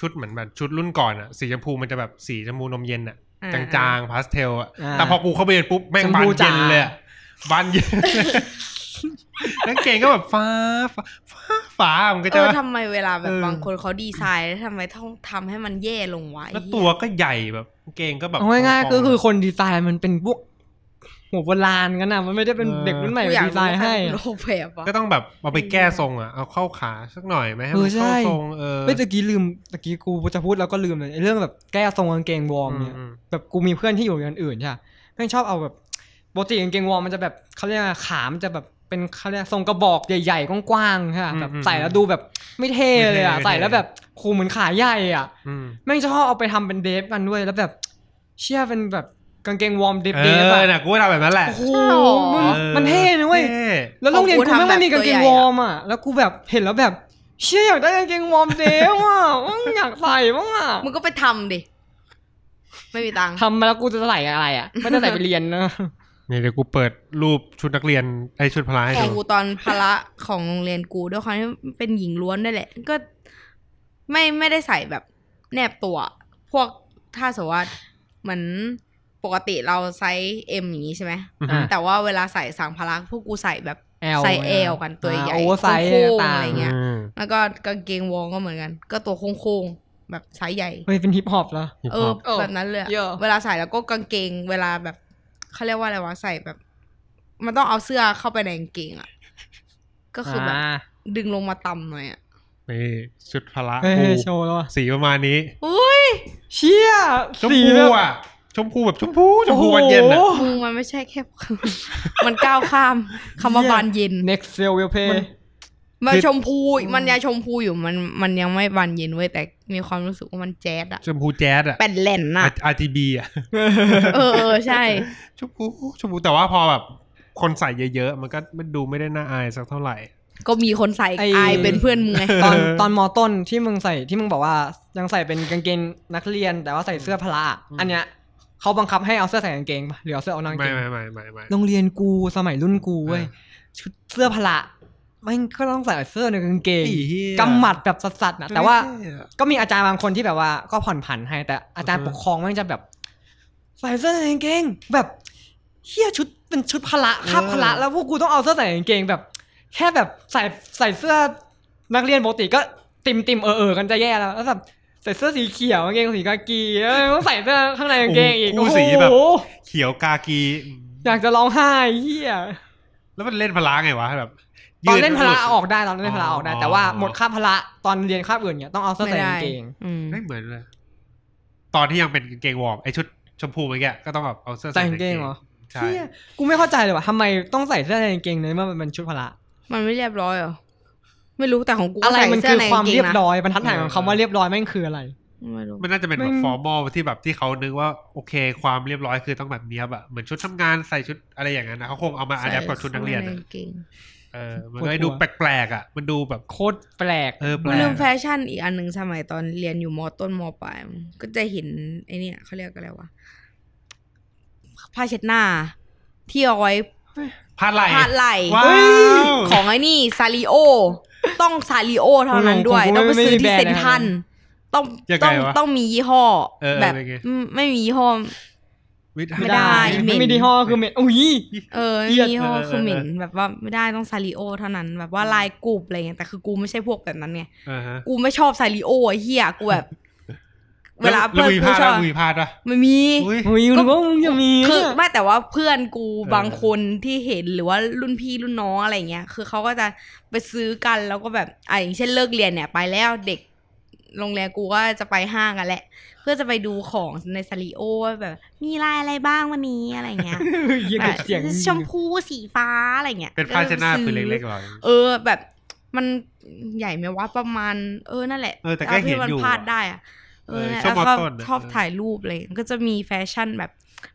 ชุดเหมือนแบบชุดรุ่นก่อนอะสีชมพูมันจะแบบสีชมพูนมเย็นอะ อ่ จางๆพาสเทลอะ า แต่พอกูเข้าไปเรียนปุ๊บแม่ง ชม บา พู นเย็น จ๋า เลยอะบานเย็น นักเกงก็แบบฟ้าฟ้าฟ้าฟ้ามันก็ เอ จะ อทำไมเวลาแบ เอบอ บางคนเขาดีไซน์แล้วทำไมต้องทำให้มันแย่ลงวะ แล้วตัวก็ใหญ่แบบกางเกงก็แบบ เอาง่ายๆก็ ฟงๆ คือคนดีไซน์มันเป็นพวกหัวโบราณกันนะมันไม่ได้เป็น เออ เด็กรุ่นใหม่ ไอ้เหี้ยกูอยาก ดีไซน์ให้ รู้ อะ ว่าโลแบบวะ ก็ต้องแบบเอาไปแก้ทรงอ่ะ เอาเข้าขาสักหน่อยไหมให้ เอ มั อน ใช่ เข้าทรงเออ เฮ้ยตะกี้ลืมตะกี้กูจะพูดแล้วก็ลืมเลยไอ้เรื่องแบบแก้ทรงกางเกงวอร์มเนี่ย อืม แบบกูมีเพื่อนที่อยู่โรงเรียนอื่นใช่ปะแม่งชอบเอาแบบปกติกางเกงวอร์มมันจะแบบเขาเรียกว่าขามนจะแบบเป็นเขาเรียกทรงกระบอกใหญ่ๆกว้างๆใช่ปะแบบ อืมอืม ใส่แล้วดูแบบไม่เท่เลยอ่ะ ไม่เท่ ใส่แล้วแบบครูเหมือนขาใหญ่อ่ะ อืม แม่งชอบเอาไปทำเป็นเดฟกันด้วยแล้วแบบเชี่ยเป็นแบบกางเกงวอร์มเดฟ เอ เดฟ อ อ่ะ น่ะกูก็ทำแบบนั้นแหละ โอ้โหมึง ออ มันเท่นะเว้ย ท่ แล้วโรงเรียนกูแม่งไม่มีกางเกงวอร์มอ่ะแล้วกูแบบเห็นแล้วแบบเชี่ยอยากได้กางเกงวอร์มเดฟอ่ะมึงอยากใส่มั้งอ่ะ มึงก็ไปทำดิ ไม่มีตังค์ ทำมาแล้วกูจะใส่อะไรอ่ะไม่ได้ใส่ไปเรียนนะ นี่เดี๋ยวกูเปิดรูปชุดนักเรียนไอ้ชุดพละให้ ของ ดู กูตอนพละของโรงเรียนกูด้วยความที่เป็นหญิงล้วนด้วยแหละ ก็ ไม่ไม่ได้ใส่แบบแนบตัว พวกถ้าสมมติว่าเหมือนปกติเราไซส์เอ็มอย่างนี้ใช่ไหม อืม อ่ะ แต่ว่าเวลาใส่สางพละพวกกูใส่แบบ L ไซส์ เนี่ เอย ลกันตัว อ่า ใหญ่ โอเวอร์ไซส์ โค้งๆ ต่างๆ อะไรเงี้ย แล้วก็กางเกงวอร์มก็เหมือนกัน ก็ตัวโค้งๆแบบไซส์ใหญ่ เฮ้ยเป็นฮิปฮอปเหรอ Hip เออ hop แบบนั้นเลยอะ เยอะ เวลาใส่แล้วก็กางเกง เวลาแบบเขาเรียกว่าอะไรวะใส่แบบ มันต้องเอาเสื้อเข้าไปในกางเกงอ่ะ ก็คือแบบ า ดึงลงมาต่ำหน่อยอ่ะ นี่ชุดพละ เฮ้ย กู โชว์แล้วอะ สีประมาณนี้ อุ้ย เชี่ย ชม สี พู แบบ อ่ะชมพูแบบชมพูชมพูวันเย็นอ่ะ โอ้โห มึงมันไม่ใช่แค่ มันก้าวข้ามคำว่า เหี้ย บานเย็น next sale will pay มันชมพูอีกมันยังชมพูอยู่มันมันยังไม่บานเย็นเว้ยแต่มีความรู้สึกว่ามันแจ๊ดอ่ะ ชมพูแจ๊ดอ่ะ แป่นแหลนอ่ะ RGB อ่ะ เออเออใช่ ชมพูชมพูแต่ว่าพอแบบคนใส่เยอะๆมันก็มันดูไม่ได้น่าอายสักเท่าไหร่ ก็มีคนใส่ ไอ้ อายเป็นเพื่อนมึงไง ตอนตอนมอต้นที่มึงใส่ที่มึงบอกว่ายังใส่เป็นกางเกงนักเรียนแต่ว่าใส่เสื้อพละ อืม อันเนี้ย เขาบังคับให้เอาเสื้อใส่กางเกงปะหรือเอาเสื้อเอานางเก ไม่ ง ไม่ไม่ไม่ไม่ โรงเรียนกูสมัยรุ่นกูเว้ย เออ ชุดเสื้อพละแม่งก็ต้องใส่เสื้อในกางเกง ไอ้เหี้ย กำหมัดแบบสัสๆนะแต่ว่า ไม่ใช่อะ ก็มีอาจารย์บางคนที่แบบว่าก็ผ่อนผันให้แต่อาจารย์ อือ ป ฮึ กครองมันจะแบบใส่เสื้อใส่กางเกงแบบเฮียชุดเป็นชุดพละคาบพละแล้วพวกกูต้องเอาเสื้อใส่กางเกงแบบ แค่แบบใส่ใส่เสื้อนักเรียนปกติก็ติมติมๆเออเออๆกันจะแย่แล้วแล้วแบบใส่เสื้อสีเขียวกางเกงสีกากีแล้วต้องใส่เสื้อข้างในกางเกงอีก กูสีแบบ โอ้โห เขียวกากี อยากจะร้องไห้เฮีย แล้วมันเล่นพลาไงวะแบบ ต ยื อน ด เล่นพละเอาออกได้ตอนเล่นพละเอาออกได้ อ๋อ แต่ว่าหมดคาบพละตอนเรียนคาบอื่นเนี่ยต้องเอาเสื้อ ไม่ ใส่ ได้ กางเกง อืม ไม่เหมือนเลย ตอนที่ยังเป็นกางเกงวอร์มไอชุดชมพูเมื่อกี้ก็ต้องแบบเอาเสื้อ ใส่กางเกงเหรอ ใช่ เฮียกูไม่เข้าใจเลยว่าทำไมต้องใส่เสื้อในกางเกงในเมื่อมันเป็นชุดพละ มันไม่เรียบร้อยเหรอ ไม่รู้แต่ของกูก็ อะไร ใส่ มัน เสื้ คือ ใน ค ก วาม งกงนะ เรียบร้อยบรรทัดฐานของคำว่าเรียบร้อยแม่งคืออะไร ไม่รู้ มันน่าจะเป็นแบ ไม่ บฟอร์มอลที่แบบที่เขานึกว่าโอเค ความเรียบร้อยคือต้องแบบเนี้ยบอะเหมือนชุดทำงานใส่ชุดอะไรอย่างนั้นนะเขาคงเอามาอัดแอปกับชุดนักเรียนอะใส่สื้อใกางเกง เออมันก็ให้ดูแปลกๆอะมันดูแบบ โคตรแปลก เออแป กู ลก เรื่องแฟชั่นอีกอันหนึ่งสมัยตอนเรียนอยู่มต้นมปลายก็จะเห็นไอเนี่ยเขาเรียกอะไรวะผ้าเช็ดหน้า ที่เอาไว้ พาดไหล ผ้าไหล่ ว้าว ของไอ้นี่ซาริโอ ต้องซาริโอเท่านั้นด้วย ต้องไปซื้อที่เซ็นทรันต้อง ยังไง ต้อง วะ ต้องมียี่ห้อ เออเออ แบบ เป็นไง อืมไม่มียี่ห้อ วิทย์ ไม่ได้ ไม่มีดีห้อคือเหม็นอุ้ย เออ เอียด ยี่ห้อ เออเออ คือเหม็น เออ แบบว่าไม่ได้ต้องซาริโอเท่านั้น แบบว่าลายกลุ่มอะไรเงี้ยแต่คือกูไม่ใช่พวกแบบนั้นไง อ่าฮะ กูไม่ชอบซาริโอไอ้เฮียกูแบบ เวลา แล้ เพื่อน มี กู พาด ช แล้ อ ว บ มีพาดปะ ไม่มี อุ้ย อุ้ยนึกว่ามึงจะมี คือไม่แต่ว่าเพื่อนกู เออ บางคนที่เห็นหรือว่ารุ่นพี่รุ่นน้องอะไรเงี้ย คือเขาก็จะไปซื้อกันแล้วก็แบบอ่ะอย่างเช่นเลิกเรียนเนี่ยไปแล้วเด็กโรงเรียนกูก็จะไปห้างกันแหละ เพื่อจะไปดูของในซาริโอว่าแบบ มีลายอะไรบ้างวันนี้อะไรเงี้ ย เหี้ย แบบ เสียง ชมพูสีฟ้าอะไรเงี้ย เป็นพาดชนะคือเล็กๆ ๆ หรอ เออแบบมันใหญ่ไหมว่าประมาณ เออนั่นแหละ เออแต่ก็เห็นอยู่ าที่มัพลาดได้อะเออ เออ นั่นแหละ ชอบ แล้วมก็อต้นอะ ชอบ เออ ถ่ายรูปเลยก็จะมีแฟชั่นแบบ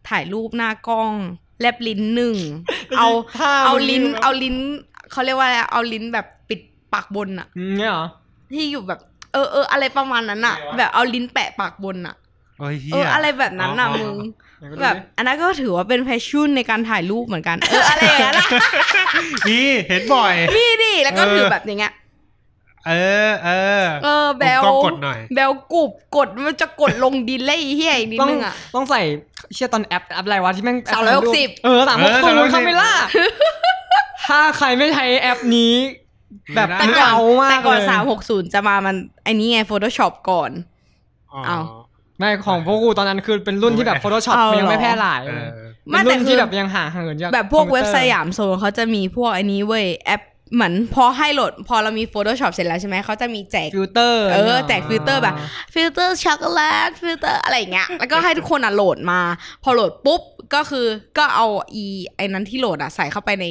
ถ่ายรูปหน้ากล้อง แลบลิ้น หนึ่งเอา ท่ เอาลิ้น มึง เอาลิ้นเขาเรียกว่าอะไรเอาลิ้นแบบปิดปากบนอะ เนี่ยเหรอ ที่อยู่แบบ เออเอออะไรประมาณนั้นอะแบบเอาลิ้นแปะปากบนอะ โอ้ยเฮี เออย อะไรแบบนั้นอะ อ๋อ มึง ไหนก็ดูดิ แบบอันนั้นก็ถือว่าเป็นแฟชั่นในการถ่ายรูปเหมือนกัน เอออะไรอย่าง นั้นอะ นี่เห็นบ่อย นี่ดิแล้วก็ เออ ถือแบบอย่างเงี้ย เออเออ เออแบล ผมต้องกดหน่อย แบลกรุบกดมันจะกดลงดินเลยไอ้เฮียอีกนิด ต้อง นึงอะ ต้องใส่เชี่ยตอนแอปแอปอะไรวะที่แม่งแป สามร้อยหกสิบ เออสามร้อยหก เออสามร้ สิ อยหกสิบบคาเมล่าถ้าใครไม่ใช้แอปนี้ แบบ ไม่ได้ เก่ามาก แต่ก่อน เลย สามหกศูนย์จะมามันไอ้นี่ไง Photoshop ก่อน อ๋อ เอา ไม่ของพวกกูตอนนั้นคือเป็นรุ่นที่แบบ Photoshop เอา มันยัง เหรอ ไม่แพร่หลาย เออ เป็ ไม่ น แต่ รุ่น คื ที่ อ แบบยังห่างเหินจาก แบบพวก คอมพิ เว็บ ตอร์ สยามโซนเขาจะมีพวกไอ้นี้เว้ยแอปเหมือนพอให้โหลด พอเรามี Photoshop เสร็จแล้วใช่ไหมเขาจะมีแจก ฟิลเตอร์ เออ นี่ย แจกฟิลเตอร์แบบ ฟิลเตอร์ช็อกโกแลตฟิลเตอร์อะไรอย่างเงี้ยแล้วก็ให้ทุกคนอ่ะโหลดมา พอโหลดปุ๊บ ก็คือก็เอาอีไอ้นั้นที่โหลดอ่ะใส่เข้าไปใน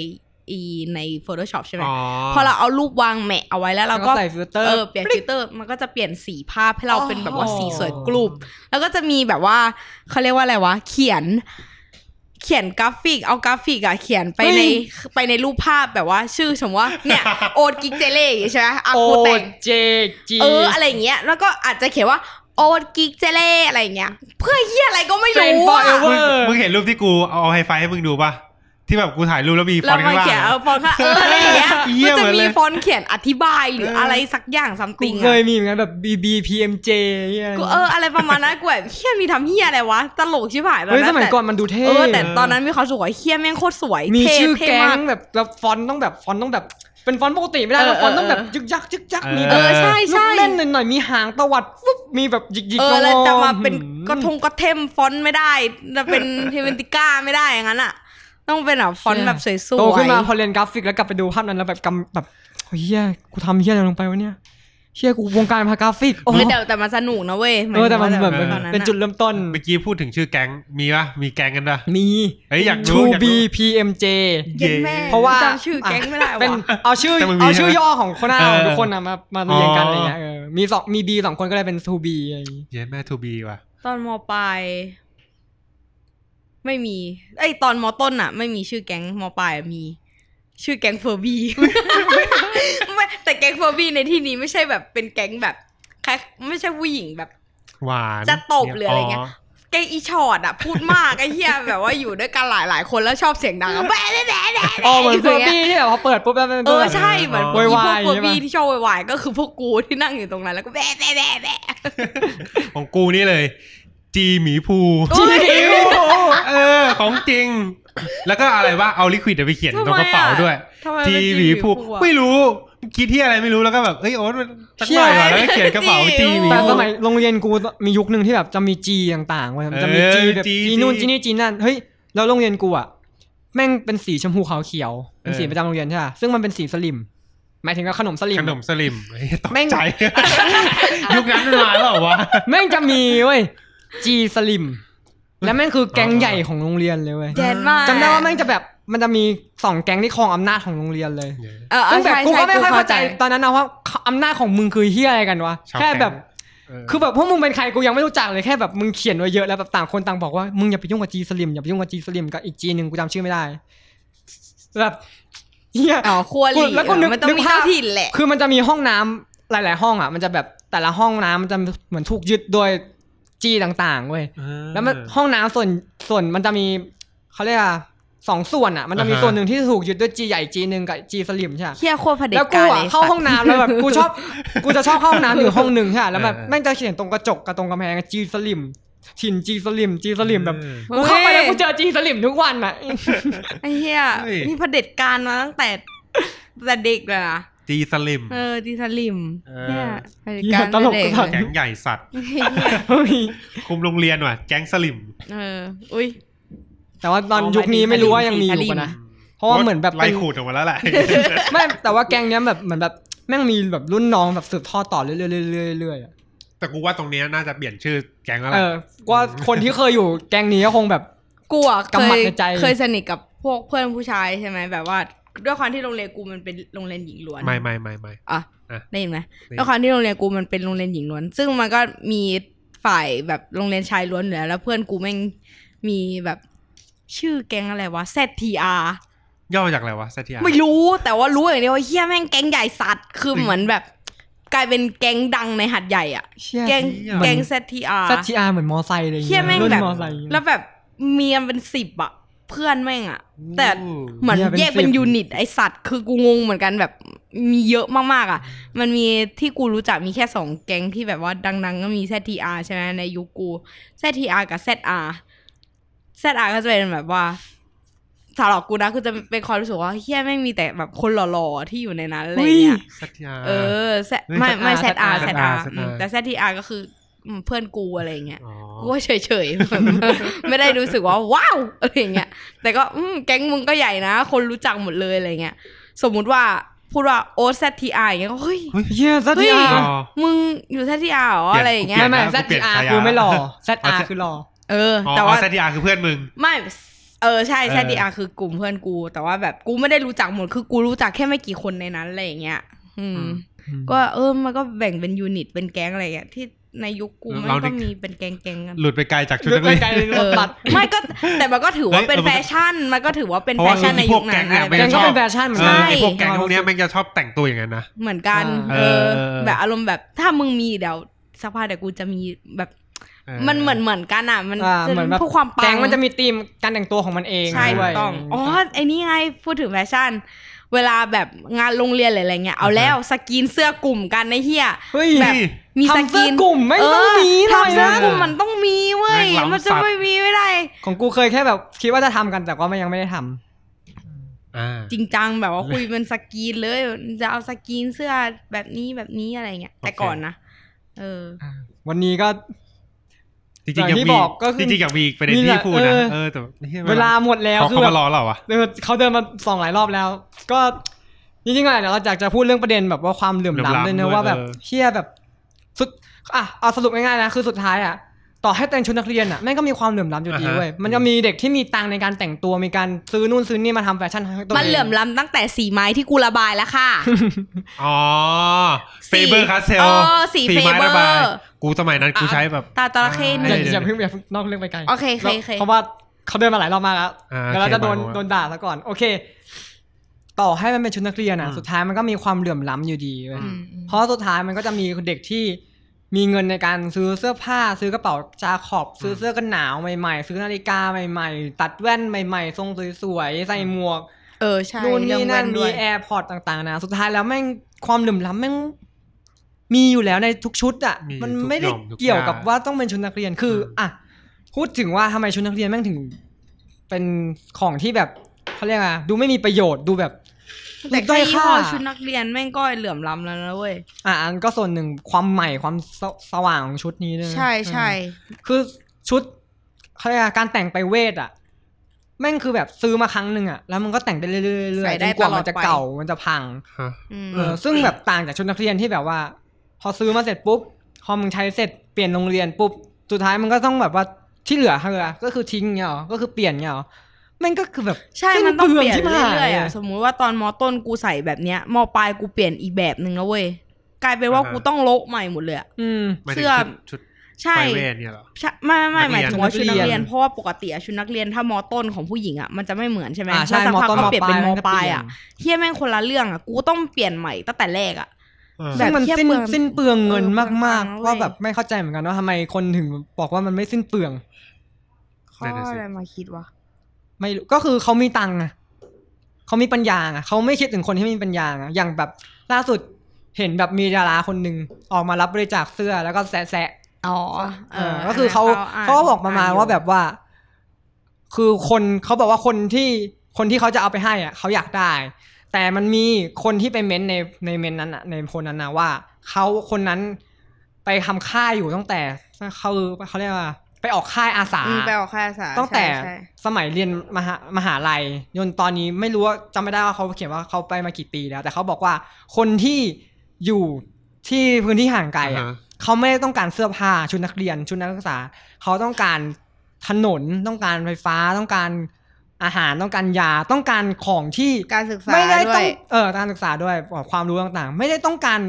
อีใน Photoshop ใช่ไหม อ๋อ พอเราเอารูปวางแหมะเอาไว้แล้ว แล้ เรา ว ก็ ก็ใส่ฟิลเตอร์ เออเปลี่ยนฟิลเตอร์มันก็จะเปลี่ยนสีภาพให้เราเป็นแบบว่า อ๋อ สีสวยกรุบแล้วก็จะมีแบบว่าเขาเรียกว่าอะไรวะ เขียน เขียนกราฟิก เอากราฟิกอะเขียนไปในไปในรูปภาพแบบว่า ชื่อสมมติว่าเนี่ยโอดกิกเจเล่ใช่ไหมอา โอ กูแต่ง เจจี เอออะไรอย่างเงี้ยแล้วก็อาจจะเขียนว่าโอดกิกเจเล่อะไรอย่างเงี้ย เพื่อเฮียอะไรก็ไม่ เจน รู้ ฟอ อะ ร์เอเว มึ อง ร์ มึงเห็นรูปที่กูเอาไฮไฟให้มึงดูปะที่แบบกูถ่ายรูปแล้วมีฟ แล้ อ วน ต์ มั ข้าน งล่าง เขียน อะ เอาฟอนต์ข้างอะไรอย่างเงี้ย เหี้ยมันจะเหมืมีอนเลย ฟอนต์เขียนอธิบายหรืออะไรสักอย่างซัม กู ติง เค อะ ยมีเหมือนกันแบบ B B P M J เนี่ย กูเอออะไรประมาณนั้นกูแบบเฮียมีทำเฮียอะไรวะ ตลกชิบหายแล้ว เฮ้ย นะ สมัย แต่ ก่อนมันดูเท่ เออแต่ตอนนั้นมีความสวยเฮียแม่งโคตรสวย มี เท่ ชื่อ เท่ แก๊ มาง ก แบบแล้วฟอนต์ต้องแบบฟอนต์ต้องแบบ เป็นฟอนต์ปกติไม่ได้ เออ แล้วฟอนต์ต้องแบบ เออ ยึกยักยึกยัก เออ มีแบ เอบ อใช่ ลู ใช่ กเล่นหน่อยๆมีหางตวัดปุ๊บมีแบบหยิกหยิก เออแล้วจะมาเป็น หืม กระทงกระเทมฟอนต์ไม่ได้จะเป็นเทเวนติก้าไม่ได้อย่างนั้นอ่ะ ต้องเป็นแบบฟอนต์แบบสวย โตขึ้นมาพ ๆ อเรียนกราฟิกแล้วกลับไปดูภาพนั้นแล้วแบบกำแบบโอ้ยเฮียกูทำเฮียอะไรลงไปวะเนี่ยเฮียกูวงการพากราฟิก โอ้ยแต่แต่มันสนุกนะเว้ยหาย เออแต่มัน ถึง แบบ ว่า เป็น ตอะ เป็นจุดเริ่มต้น เมื่อกี้พูดถึงชื่อแก๊งมีปะมีแก๊งกันปะ มี เฮ้ยอยาก to รู้ อยาก be รู้ PMJ เย็นแม่ เพราะว่า จำชื่อแก๊งไม่ได้ เป็ ว่ะ นเอาชื่อ แต่มันมี เอาชื่อย่อของคนหน้า เออ ของทุกคนนะมามาเรียงกัน อ๋อออะไรเงี้ยเออมีสองมี B สองคนก็เลยเป็น to be อะไรอย่างงี้ เย้แม่ทูบีว่ะ ตอนมปลายไม่มีไอยตอนมต้นอ่ะ ไม่มีชื่อแก๊งมปลายมี ชื่อแก๊งเฟอร์บี้ ไม่แต่แก๊งเฟอร์บี้ในที่นี้ไม่ใช่แบบเป็นแก๊งแบบใครไม่ใช่ผู้หญิงแบบ หวาน จะตบหรืออะไรเงี้ย แ แกอีชอดอะพูดมากไอ้เหี้ยแบบว่าอยู่ด้วยกันหลายหลายๆคนแล้วชอบเสียงดังอะแบ๊ะแบ๊ะแบ๊ะแบ๊ะ อ๋อเหมือนเฟอร์ ย่างงี้ย บี้ที่แบบพอเปิดปุ๊บแล้วมัน เออ แบบ ใช่เหมือน โวยวาย พวก ใช่ปะ บีที่ชอบโวยวายก็คือพวกกูที่นั่งอยู่ตรงนั้นแล้วก็แบ๊ะแบ๊ะแบ๊ะแบ๊ะ ของกูนี่เลย จีหมีภู จริง เอวเออ ของจริง แล้วก็อะไรว่าเอาลิควิดไปเขียนตรงกระเป๋าด้วย ทำไม จี เป็น หมีภู อะ ไม่รู้คิดที่อะไรไม่รู้แล้วก็แบบเอ้ยโอ๊ตมันสักหน่อย เชี่ย ว่ะแล้วก็เขียนกระเป๋า จี จี ห ห มี มี แต่ ภู สมัยโรงเรียนกูมียุคหนึ่งที่แบบจะมีจีต่างๆเว้ยมันจะมี เออ จีแบบ จี จีนู่น จี จีนี่จีนั่นเฮ้ยแล้วโรงเรียนกูอ่ะแม่งเป็นสีชมพูขาวเขียวเป็นสี เออ ประจำโรงเรียนใช่ป่ะซึ่งมันเป็นสีสลิมหมายถึงกับขนมสลิม ขนมสลิม เฮ้ยตก แม่ง ใจ ยุคนั้นมันมาแล้วเหรอวะ แม่งจะมีเว้ยจีสลิมและแม่งคือแก๊ง เออ ใหญ่ของโรงเรียนเลยเว้ย แดนมาก จำได้ว่าแม่งจะแบบมันจะมีสองแก๊งที่ครองอำนาจของโรงเรียนเลย เออเอ ซึ่ อง แบบ ใช่ กูก็ไม่ค่อย ใช่ เข้าใจตอนนั้นนะว่าอำนาจของมึงคือเฮียอะไรกันวะ ชาว แค่แบบ แก๊ง เออ คือแบบพวกมึงเป็นใครกูยังไม่รู้จักเลยแค่แบบมึงเขียนไว้เยอะแล้วแบบต่างคนต่างบอกว่ามึงอย่าไปยุ่งกับจีสลิมอย่าไปยุ่งกับจีสลิมกับอีกจีหนึ่งกูจำชื่อไม่ได้แบบเฮีย อ๋อครัวหลี กูแล้วกูนึก มันต้อง นึ มี กภา เจ้า พ ถิ่นแหละ คือมันจะมีห้องน้ำหลาย ๆ ห้องอ่ะ มันจะแบบแต่ละห้องน้ำมันจะเหมือนถูกยึดโดยจีต่างๆเว้ยแล้วมันห้องน้ำส่วนส่วนมันจะมีเขาเรียกอะสองส่วนอ่ะ มันจะมี อ่าฮะ ส่วนหนึ่งที่ถูกยึดด้วยจีใหญ่จีหนึ่งกับจีสลิมใช่ปะ เฮียโคตรเผด็จ แล้วกู การ อ่ะ เลย เข้าห้องน้ำแล้ว แบบกูชอบกูจะชอบเข้าห้องน้ำอยู่ห้องหนึ่งใช่ปะแล้วแบบ เออ แม่งจะเขียนตรงกระจกกับตรงกำแพงจีสลิมถิ่นจีสลิมจีสลิมแบบ เออ กูเข้าไปแล้วกูเจอจีสลิมทุกวัน อ่ะ ไอ้เฮีย เฮ้ย นี่เผด็จการมาตั้งแต่แต่เด็กเลยนะ จีสลิม เออดิสลิม เออ เนี่ยเผด็จการ ตลก เด็ก สัตว์ แก๊งใหญ่สัตว์ เฮ้ย คุมโรงเรียนว่ะ แก๊งสลิม เอออุ้ย แต่ว่าตอนยุคนี้ไม่รู้ว่ายังมีอยู่ปะนะ เพราะว่าเหมือนแบบ ไล่ เป็น ขูดออกมาแล้วแหละ ไม่แต่ว่าแก๊งเนี้ยแบบเหมือนแบบแม่งมีแบบรุ่นน้องแบบสืบทอดต่อเรื่อยๆเรื่อยๆเรื่อยๆอะ แต่กูว่าตรงเนี้ยน่าจะเปลี่ยนชื่อแก๊งแล้วแห เอ ละ อว่าคนที่เคยอยู่แก๊งนี้ก็คงแบบ กูอะเค กำหมัด ย ในใจ เคยสนิทกับพวกเพื่อนผู้ชายใช่ไหมแบบว่าด้วยความที่โรงเรียนกูมันเป็นโรงเรียนหญิงล้วน ไม่ไม่ไม่ไม่ อ่ะ อ่ะ ได้ยินไหม ด้ยิน ด้วยความที่โรงเรียนกูมันเป็นโรงเรียนหญิงล้วน ซึ่งมันก็มีฝ่ายแบบโรงเรียนชายล้วนอยู่แล้วแล้วเพื่อนกูแม่งมีแบบชื่อแก๊งอะไรวะ ZTR ย่อมาจากอะไรวะสัตยา ไม่รู้แต่ว่ารู้อย่างเดียวว่าเฮียแม่งแก๊งใหญ่สัตว์คือ จริง เหมือนแบบ กลายเป็นแก๊งดังในหัดใหญ่อะ เชี่ย แก๊ง เหมื แก๊ อง น ZTR ซัตจีอาเหมือนมอไซค์อะไรอย่าง เฮีย เงี้ย แม่ง รุ่น แบบ มอไซค์ แล้วแบบเมียมันเป็นสิบอะเพื่อนแม่งอะแต่ เหมือน เนี่ยเป็น แยกเป็น สิบ ยูนิตไอสัตว์คือกูงงเหมือนกันแบบมีเยอะมากๆอ่ะ มันมีที่กูรู้จักมีแค่สองแก๊งที่แบบว่าดังๆ ก็มี ZTR ใช่ไหมในยุคกู ZTR กับ ZR ZR ก็จะเป็นแบบว่าสำหรับกูนะคือจะเป็นความรู้สึกว่าเฮียไม่งมีแต่แบบคนหล่อๆ ที่อยู่ในนั้นอะไรเงี้ย สัตยา เออ Z- ไม่ไม่ ZR ZR ZR อืมแต่ ZTR ก็คืออืมเพื่อนกูอะไรเงี้ย อ๋อ กูก็เฉยๆ แบบ ไม่ได้รู้สึกว่าว้าวอะไรอย่างเงี้ย แต่ก็อืมแก๊งมึงก็ใหญ่นะ คนรู้จักหมดเลยอะไรเงี้ย สมมุติว่าพูดว่าโอซทีอาอย่างเงี้ยก็เฮ้ย เฮียซัตจีอา เฮ้ย ร์ มึงอยู่ซทีอาหรอ เปลี่ยน อะไรอย่างเงี้ย ไม่ไม่ นะกูเปลี่ยน ZR ฉายา คือไม่หล่อ อ๋อ ZR คือหล่อ เออ อ๋อ แต่ว่า สัตยาคือเพื่อนมึง ไม่เออใช่ เอ ซ อ ทีอาคือกลุ่มเพื่อนกู แต่ว่าแบบกูไม่ได้รู้จักหมดคือกูรู้จักแค่ไม่กี่คนในนั้นอะไรอย่างเงี้ย อืม ก็เออมันก็แบ่งเป็นยูนิตเป็นแก๊งอะไรอย่างเงี้ยที่ในยุคกูมัน เราดิ ก็มีเป็นแก๊งๆกัน หลุดไปไกลจากชุด หลุ นั ด กเรียนไปไกลเลย เออ ตัด ไม่ก็แต่มันก็ถือว่าเป็น เฮ้ย แฟชั่น มันก็ถือว่าเป็น เพราะ แฟ ว่า ชั่นในยุคพวกนั้นแก๊งเนี่ย อะไร ไม่ แก๊ง แบบ ก็ ชอบ นี้ เป็นแฟชั่นเหมือน เอ กั อน ใช่ ไอพวกแก๊งพวกเนี้ยแม่งจะชอบแต่งตัวอย่างนั้นนะ เหมือนกัน เอ เอ อ อ แบบอารมณ์แบบถ้ามึงมีเดี๋ยวสักพักเดี๋ยวกูจะมีแบบ เออ มันเหมือนเหมือนกันอ่ะ มัน อ่า จะ เหมือนแบบ เพื่อความปัง แก๊งมันจะมีธีมการแต่งตัวของมันเอง ใช่ถูด้วย กต้อง อ๋อไอ้นี่ไงพูดถึงแฟชั่น เวลาแบบงานโรงเรียนหรืออะไรเงี้ยเอาแล้วสกรีนเสื้อกลุ่มกันไอ้เหี้ย เฮ้ย แบบ มีส ทำ กรี เสื้อน กลุ่มไม่ต้องมีหน่อย ทำเสื้อ นะ กลุ่มมันต้องมีเว้ย แม่งล้ำ มันสัจะตว์ ไม่มีไม่ได้ ของกูเคยแค่แบบคิดว่าจะทำกันแต่ก็ไม่ยังไม่ได้ทำ อ่า จริงจังแบบว่าคุยเป็นสกรีนเลยจะเอาสกรีนเสื้อแบบนี้แบบนี้อะไรเงี้ย แต่ โอเค ก่อนนะ เออ วันนี้ก็ จริงๆยัง อย่างที่ มี บอกก็คือ จริงๆยังมีอีกประเด็น มีแห ที่ ละ พูดนะ เออ เออแต่นี่ย เวลาหมดแล้ว เขา คือ เขา แบ มา บ รอเราอะ เออเขาเดินมาสองหลายรอบแล้ว ก็จริงๆอะเดี๋ยวเราจากจะพูดเรื่องประเด็นแบบว่าความเหลื่อม เหลื่อมล้ำ ล้ำด้วยนะว่าแบบ เออ เฮียแบบสุดอ่ะเอาสรุปง่ายๆนะคือสุดท้ายอ่ะต่อให้แต่งชุดนักเรียนอ่ะแม่งก็มีความเหลื่อมล้ำอยู่ดีเว้ยมันจะมีเด็กที่มีตังค์ในการแต่งตัวมีการซื้อนู่นซื้อนี่มาทำแฟชั่นให้ตัวเอง มันเหลื่อมล้ำตั้งแต่สีไม้ที่กูระบายแล้วค่ะ อ๋อเฟ สี เบอร์คาสเซล เออสี ไม้ Faber ระบายกูสมัยนั้นกูใช้แบบ ตาตระเข้ห อย่า นึ่ง เดี๋ยว อย่าเพิ่งอย่าเพิ่งนอกเรื่องไปไกล โอเคโอเค แล้ว โอเค เพราะว่าเขาเดินมาหลายรอบมากแล้ว อ่า เดี๋ยวเราจะโดน โอเค โดนด่าซะก่อน โอเค ต่อให้มันเป็นชุดนักเรียนอ่ะ อืม สุดท้ายมันก็มีความเหลื่อมล้ำอยู่ดีเว้ย อืมอืม เพราะสุดท้ายมันก็จะมีเด็กที่ มีเงินในการซื้อเสื้อผ้า ซื้อกระเป๋าจาขอบ ซื้อเสื้อกันหนาวใหม่ๆ ซื้อนาฬิกาใหม่ ๆ ตัดแว่นใหม่ๆ ทรงสวยๆ ใส่หมวก เออใช่ นู่นนี่นั่นมี แอ แอร์พอร์ตต่าง ๆ นะ สุดท้ายแล้วแม่งความเหลื่อมล้ำแม่งมีอยู่แล้วในทุกชุดอ่ะ มี มัน ทุก ไม่ได้ หย่อมทุก เกี่ยวกับ ย่าน ว่าต้องเป็นชุดนักเรียนคืออ ม อ่ะพูดถึงว่าทำไมชุดนักเรียนแม่งถึง เป็นของที่แบบเขาเรียกอะดูไม่มีประโยชน์ดูแบบ แต่ ด้ แค่ อย ยี่ ค่า ห้อชุดนักเรียนแม่งก็เหลื่อมล้ำแล้วนะเว้ย อ่ะอันก็ส่วนหนึ่งความใหม่ความสสว่างของชุดนี้ด้วยนะ ใช่ใช่ อืมคือชุดเขาเรียกอะการแต่งไปเวทอ่ะแม่งคือแบบซื้อมาครั้งหนึ่งอ่ะแล้วมันก็แต่งไปเรื่อยๆเรื่อยๆจนกว่ามันจะเก่ามันจะพัง ฮะ อืม เออซึ่งแบบต่างจากชุดนักเรียนที่แบบว่า พอซื้อมาเสร็จปุ๊บพอมึงใช้เสร็จเปลี่ยนโรงเรียนปุ๊บสุดท้ายมันก็ต้องแบบว่าที่เหลือเธอก็คือทิ้งเงี้ยหรอก็คือเปลี่ยนเงี้ยหรอมันก็คือแบบ ใช่ สิ้ มันต้องเปลี่ยน ที่มา เรื่อยๆ เล อะสมมุติว่าตอนมอต้นกูใส่แบบเนี้ยมอปลายกูเปลี่ยนอีกแบบหนึ่งแล้วเว้ยกลายเป็นว่า อ่าฮะ กูต้องโละใหม่หมดเลยอะ อืม หมายถึง เสื้อ ชุดชุด ใช่ ไฟเวทเนี่ยเหรอ ใช่ไม่ไม่ไม่ห นักเรียน มายถึงว่าชุดนัก นักเรี เรีย ย น น เพราะว่าปกติอะชุดนักเรียนถ้ามอต้นของผู้หญิงอ่ะมันจะไม่เหมือนใช่ไหม อ่าใช่ แล้วสักพัก มอต้น ก็เปลี่ยนเป็นม ม อ อ ป ป ลา ลาย ย อ่ะเฮียแม่งคนละเรื่องอ่ะกูต้องเปลี่ยนใหม่ตั้งแต่แรกอ่ะ เออ แบ ซึ่ บ งมันสิ้น เทียบเปลือง สิ้นเปลืองเงิน เออเปลือง มาตักงค์ ๆ นะ ว่า เว้ย แบบไม่เข้าใจเหมือนกันว่าทำไมคนถึงบอกว่ามันไม่สิ้นเปลือง เขา นั่นน่ะสิ อะไรมาคิดวะ ไม่รู้ก็คือเขามีตังค์อะเขามีปัญญาอะเขาไม่คิดถึงคนที่ไม่มีปัญญาอะอย่างแบบล่าสุดเห็นแบบมีดาราคนหนึ่งออกมารับบริจาคเสื้อแล้วก็แซะๆ อ๋อ เออก็คือเขา น เขาก็บอกประมาณว่าแบบว่า คือคนเขาบอกว่าคนที่คนที่เขาจะเอาไปให้อ่ะเขาอยากได้ แต่มันมีคนที่ไปเม้นต์ในในเม้นต์นั้นอ่ะในโพลนั้นนะว่าเขาคนนั้นไปทำค่ายอยู่ตั้งแต่เขาเขาเรียกว่า ไปออกค่ายอาสา อืมไปออกค่ายอาสา ตั้งแต่ ใช่ สมัยเรียนมหามหาลัยยนตอนนี้ไม่รู้ว่าจำไม่ได้ว่าเขาเขียนว่าเขาไปมากี่ปีแล้ว แต่เขาบอกว่าคนที่อยู่ที่พื้นที่ห่างไกล อ่า อะ ฮะ เขาไม่ได้ต้องการเสื้อผ้าชุดนักเรียนชุดนักศึกษา เขาต้องการถนนต้องการไฟฟ้าต้องการอาหารต้องการยาต้องการของที่ ใช่การศึกษา ไม่ได้ ด้ว ต้อง ย เออการศึกษาด้วยความรู้ต่างๆ ไม่ได้ต้องการ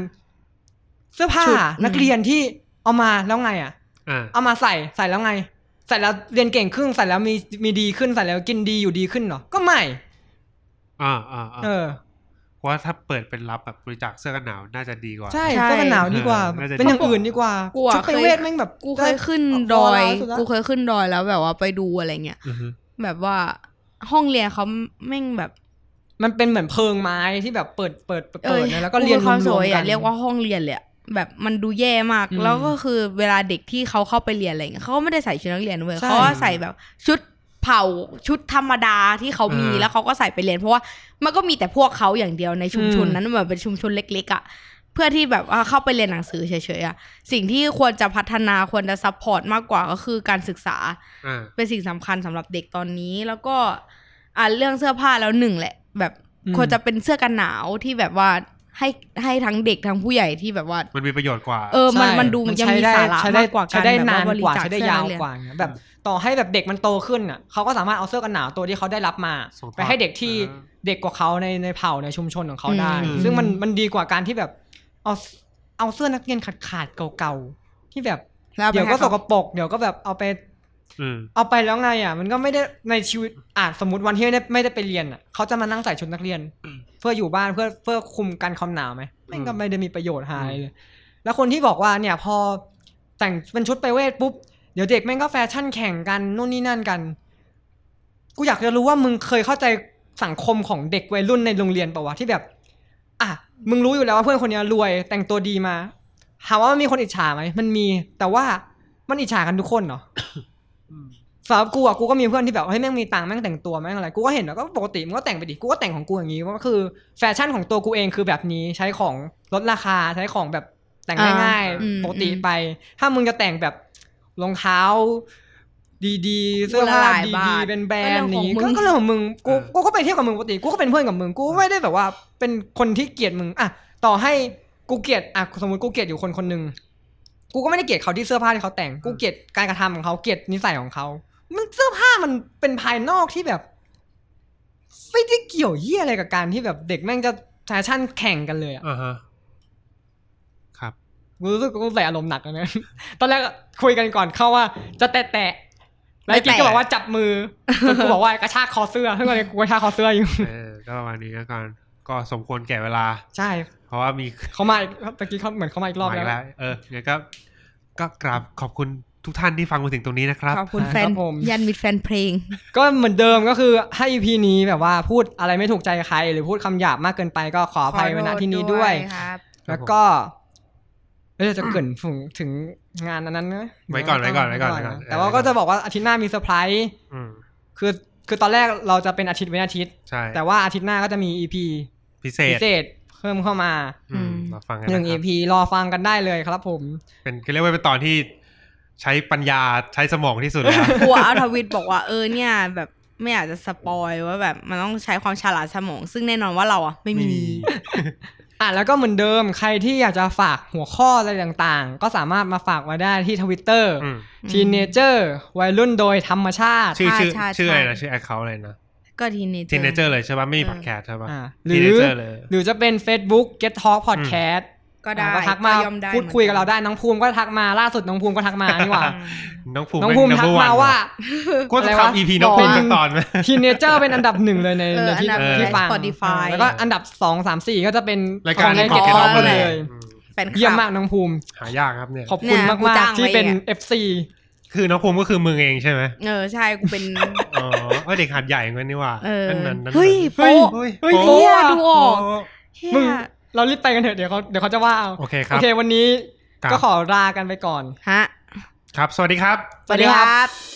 เสื้อผ้า ชุดอืม นักเรียนที่เอามาแล้วไงอ่ะ อ่า เอามาใส่ใส่แล้วไง ใส่แล้วเรียนเก่งขึ้นใส่แล้วมีมีดีขึ้นใส่แล้วกินดีอยู่ดีขึ้นเหรอ ก็ไม่ อ่าอ่าอ่า เออ เพราะว่าถ้าเปิดเป็นรับแบบบริจาคเสื้อกันหนาวน่าจะดีกว่า ใช่ ใช่ เสื้อกันหนาวดีกว่า เออน่าจะ เป็นอย่างอื่นดีกว่า กูอะ ชุดไป เคย เวทแม่งแบบ กูเคยขึ้น พอ ดอย แล้วสุละ กูเคยขึ้นดอยแล้วแบบว่าไปดูอะไรเงี้ย อือฮึ แบบว่าห้องเรียนเขาแม่งแบบ มันเป็นเหมือนเพิงไม้ที่แบบเปิดเปิดเปิดเปิดนะแล้วก็ กู เรียน ความส รวม วย ๆกั อ่ะ น เรียกว่าห้องเรียนเลยอะแบบมันดูแย่มาก อืม แล้วก็คือเวลาเด็กที่เขาเข้าไปเรียนอะไรเงี้ยเขาก็ไม่ได้ใส่ชุดนักเรียนเว้ย ใช่ เขาก็ใส่แบบชุดเผ่าชุดธรรมดาที่เขามี อ่า แล้วเขาก็ใส่ไปเรียน เพราะว่ามันก็มีแต่พวกเขาอย่างเดียวในชุมชนนั้นเหมือนเป็นชุมชนเล็กๆอ่ะ เพื่อที่แบบว่าเข้าไปเรียนหนังสือเฉยๆอะสิ่งที่ควรจะพัฒนาควรจะซัพพอร์ตมากกว่าก็คือการศึกษา อ่า เป็นสิ่งสำคัญสำหรับเด็กตอนนี้แล้วก็อ่าเรื่องเสื้อผ้าแล้วหนึ่งแหละ แบบ อืม ควรจะเป็นเสื้อกันหนาวที่แบบว่าให้ให้ทั้งเด็กทั้งผู้ใหญ่ที่แบบว่า มันมีประโยชน์กว่า เออมัน ใช่ มันดูมันยังมี ใช้ได้ สาระ ใช้ได้ มากกว่าการ ใช้ได้ แบบ นาน บริ กว่า จาค ใช้เสื้อยได้าว นักเรีน กว่าอย่างเงี้ยแบบ ต่อให้แบบเด็กมันโตขึ้นอ่ะเขาก็สามารถเอาเสื้อกันหนาวตัวที่เขาได้รับมา ส่งต่อ ไปให้เด็กที่ อ่าฮะ เด็กกว่าเขาในในเผ่าในชุมชนของเขาได้ อืม ซึ่งมันมันดีกว่าการที่แบบ เอาเอาเสื้อนักเรียนขาดขาดๆเก่าๆที่แบบ แล้วอาไป เดี๋ยวก็ ให้ ส ขาก ปรกเดี๋ยวก็แบบเอาไป อืม เอาไปแล้วไงอ่ะ มันก็ไม่ได้ในชีวิตอ่ะสมมติวันที่ไม่ได้ไม่ได้ไปเรียนอ่ะเขาจะมานั่งใส่ชุดนักเรียน อืม เพื่ออยู่บ้านเพื่อเพื่อคุมการความหนาวไหมแม่งก็ อืม ไม่ได้มีประโยชน์หาอะไรเลย แล้วคนที่บอกว่าเนี่ยพอแต่งเป็นชุดไปเวทปุ๊บ เดี๋ยวเด็กแม่งก็แฟชั่นแข่งกันนู่นนี่นั่นกัน กูอยากจะรู้ว่ามึงเคยเข้าใจสังคมของเด็กวัยรุ่นในโรงเรียนเปล่าวะที่แบบ อ่ะมึงรู้อยู่แล้วว่าเพื่อนคนเนี้ยรวยแต่งตัวดีมาถามว่ามันมีคนอิจฉาไหมมันมี แต่ว่ามันอิจฉากันทุก คนเหรอ สำหรับกูอะกูก็มีเพื่อนที่แบบเฮ้ยแม่งมีตังค์แม่งแต่งตัวแม่งอะไรกูก็เห็นแล้วก็ปกติมันก็แต่งไปดิกูก็แต่งของกูอย่างนี้ก็คือแฟชั่นของตัวกูเองคือแบบนี้ใช้ของลดราคาใช้ของแบบแต่งง่าย อ่าอืม ๆปกติ อืม ไป ถ้ามึงจะแต่งแบบรองเท้า ดีๆ เสื้อ ละ ผ้า หลายบา ดี ท ๆเป็นแบรน ก็ ด์ เรื่องของ นี้ มึ ก็ ง ก็เรื่องของมึงกู เออ กูก็ไปเที่ยวกับมึงปกติกูก็เป็นเพื่อนกับมึงกูก็ไม่ได้แบบว่า เป็นคนที่เกลียดมึงอะต่อให้กูเกลียดอะสมมติกูเกลียดอยู่คนคนหนึ่งกูก็ไม่ได้เกลียดเขาที่เสื้อผ้าที่เขาแต่งกูเกลียดการกระทำของเขาเกลียดนิสัยของเขา มันเสื้อผ้ามันเป็นภายนอกที่แบบไม่ได้เกี่ยวเยี่ยอะไรกับการที่แบบเด็กแม่งจะแฟชั่นแข่งกันเลยอะ อ่าฮะ ครับ กูรู้สึกกูใส่อารมณ์หนักเลยนะ ตอนแรกคุยกันก่อนเข้าว่า จะแตะแตะๆแล้วไอ้กิ๊กก็บอกว่าจับมือจนกูบอกว่ากระชากคอเสื้อซึ่งตอนนี้กูกระชากคอเสื้ออยู่ เออ ก็ประมาณนี้แล้วกันก็สมควรแก่เวลา ใช่ เพราะว่ามี เขามาอีกตะกี้เขาเหมือนเขามาอีกรอบ มา แล้ว กแล้ว เออเนี่ยก็ ก็กราบขอบคุณทุกท่านที่ฟังมาถึงตรงนี้นะครับ ขอบคุณ ครับ แฟน ผม ยันมิดแฟนเพลง ก็เหมือนเดิมก็คือให้ EP นี้แบบว่าพูดอะไรไม่ถูกใจใคร หรือพูดคำหยาบมากเกินไปก็ขออภัยไว้ณที่นี้ด้วย ครับ แล้วก็เอ้ยเราจะเกรินถึงถึงงานอันนั้นนะ ไว้ก่อนไว้ก่อนไว้ก่อนไว้ก่อน แต่ว่าก็จะบอกว่าอาทิตย์หน้ามีเซอร์ไพรส์ อืม คือคือตอนแรกเราจะเป็นอาทิตย์เว้นอาทิตย์ ใช่ แต่ว่าอาทิตย์หน้าก็จะมี EP พิเศ พิ ษ เศษเพิ่มเข้ามา อืมมาฟังกัน หนึ่ง นะครับ EP รอฟังกันได้เลยครับผม เป็นเรียกว่าเป็นตอนที่ใช้ปัญญาใช้สมองที่สุดแล้ว กลัวอัลทวิตบอกว่าเออเนี่ย แบบไม่อยากจะสปอยว่าแบบมันต้องใช้ความฉลาดสมอง ซึ่งแน่นอนว่าเราอ่ะไม่มี อ่ะแล้วก็เหมือนเดิมใครที่อยากจะฝากหัวข้ออะไรต่างๆ ก็สามารถมาฝากมาได้ที่ทวิตเตอร์ อืม ทีเนเจอร์วัยรุ่นโดยธรรมชาติ ชื่อชื่อ ใช่ใช่ ชื่ออะไรนะชื่อแอคเคาท์อะไรนะ ก็ทีเนเจอ ที ร์ เนเจอร์เลยใช่ป่ะไม่มี เออ พอดแคสต์ใช่ป่ะ อ่ะห ที รื เน อ เจอร์เลย หรือจะเป็น Facebook Get Talk Podcast ก็ได้ อ่ะทักมา ย่อได้ พูดคุยกับเราได้น้องภูมิก็ทักมาล่าสุดน้องภูมิก็ทักมานี่หว่า อืม น้องภูมิ น้องภูมิ เป็น ทัก number มา one ว่า ก็จะ อะไรวะ ทำ EP น้องภูมิ บอก สักตอนไหม ทีเนเจอร์เป็นอันดับหนึ่งเลยใน เออ ในที่ อันดับ ที่ ใน ฟัง Spotify แล้วก็อันดับสองสามสี่ก็จะเป็น รายการ ของ ที่ ใน เก็บ Get เกี่ยว Talk อ๋อ มาเล เลย ย อืม แฟนคลับ เยี่ยมมากน้องภูมิ หายากครับเนี่ย ขอบคุณ เนี่ย มาก กู มาก จ้าง ที่เป็น ไว้อะ FC คือน้องภูมิก็คือมึงเองใช่ไหม เออใช่กูเป็น อ๋อเอ้ยเด็กหัดใหญ่เงี้ยนี่หว่า เออ นั่นนั่นนั่น เฮ้ย เฮ้ย โป๊ะ เฮ้ย เฮ้ย โป๊ะ โอ้ เฮียดูออก โป๊ะ เฮี มึง ย เรารีบไปกันเถอะเดี๋ยวเขาเดี๋ยวเขาจะว่าเอา โอเคครับ โอเควันนี้ ครับ ก็ขอลากันไปก่อน ฮะ ครับ สวัสดีครับ สวัสดีครับ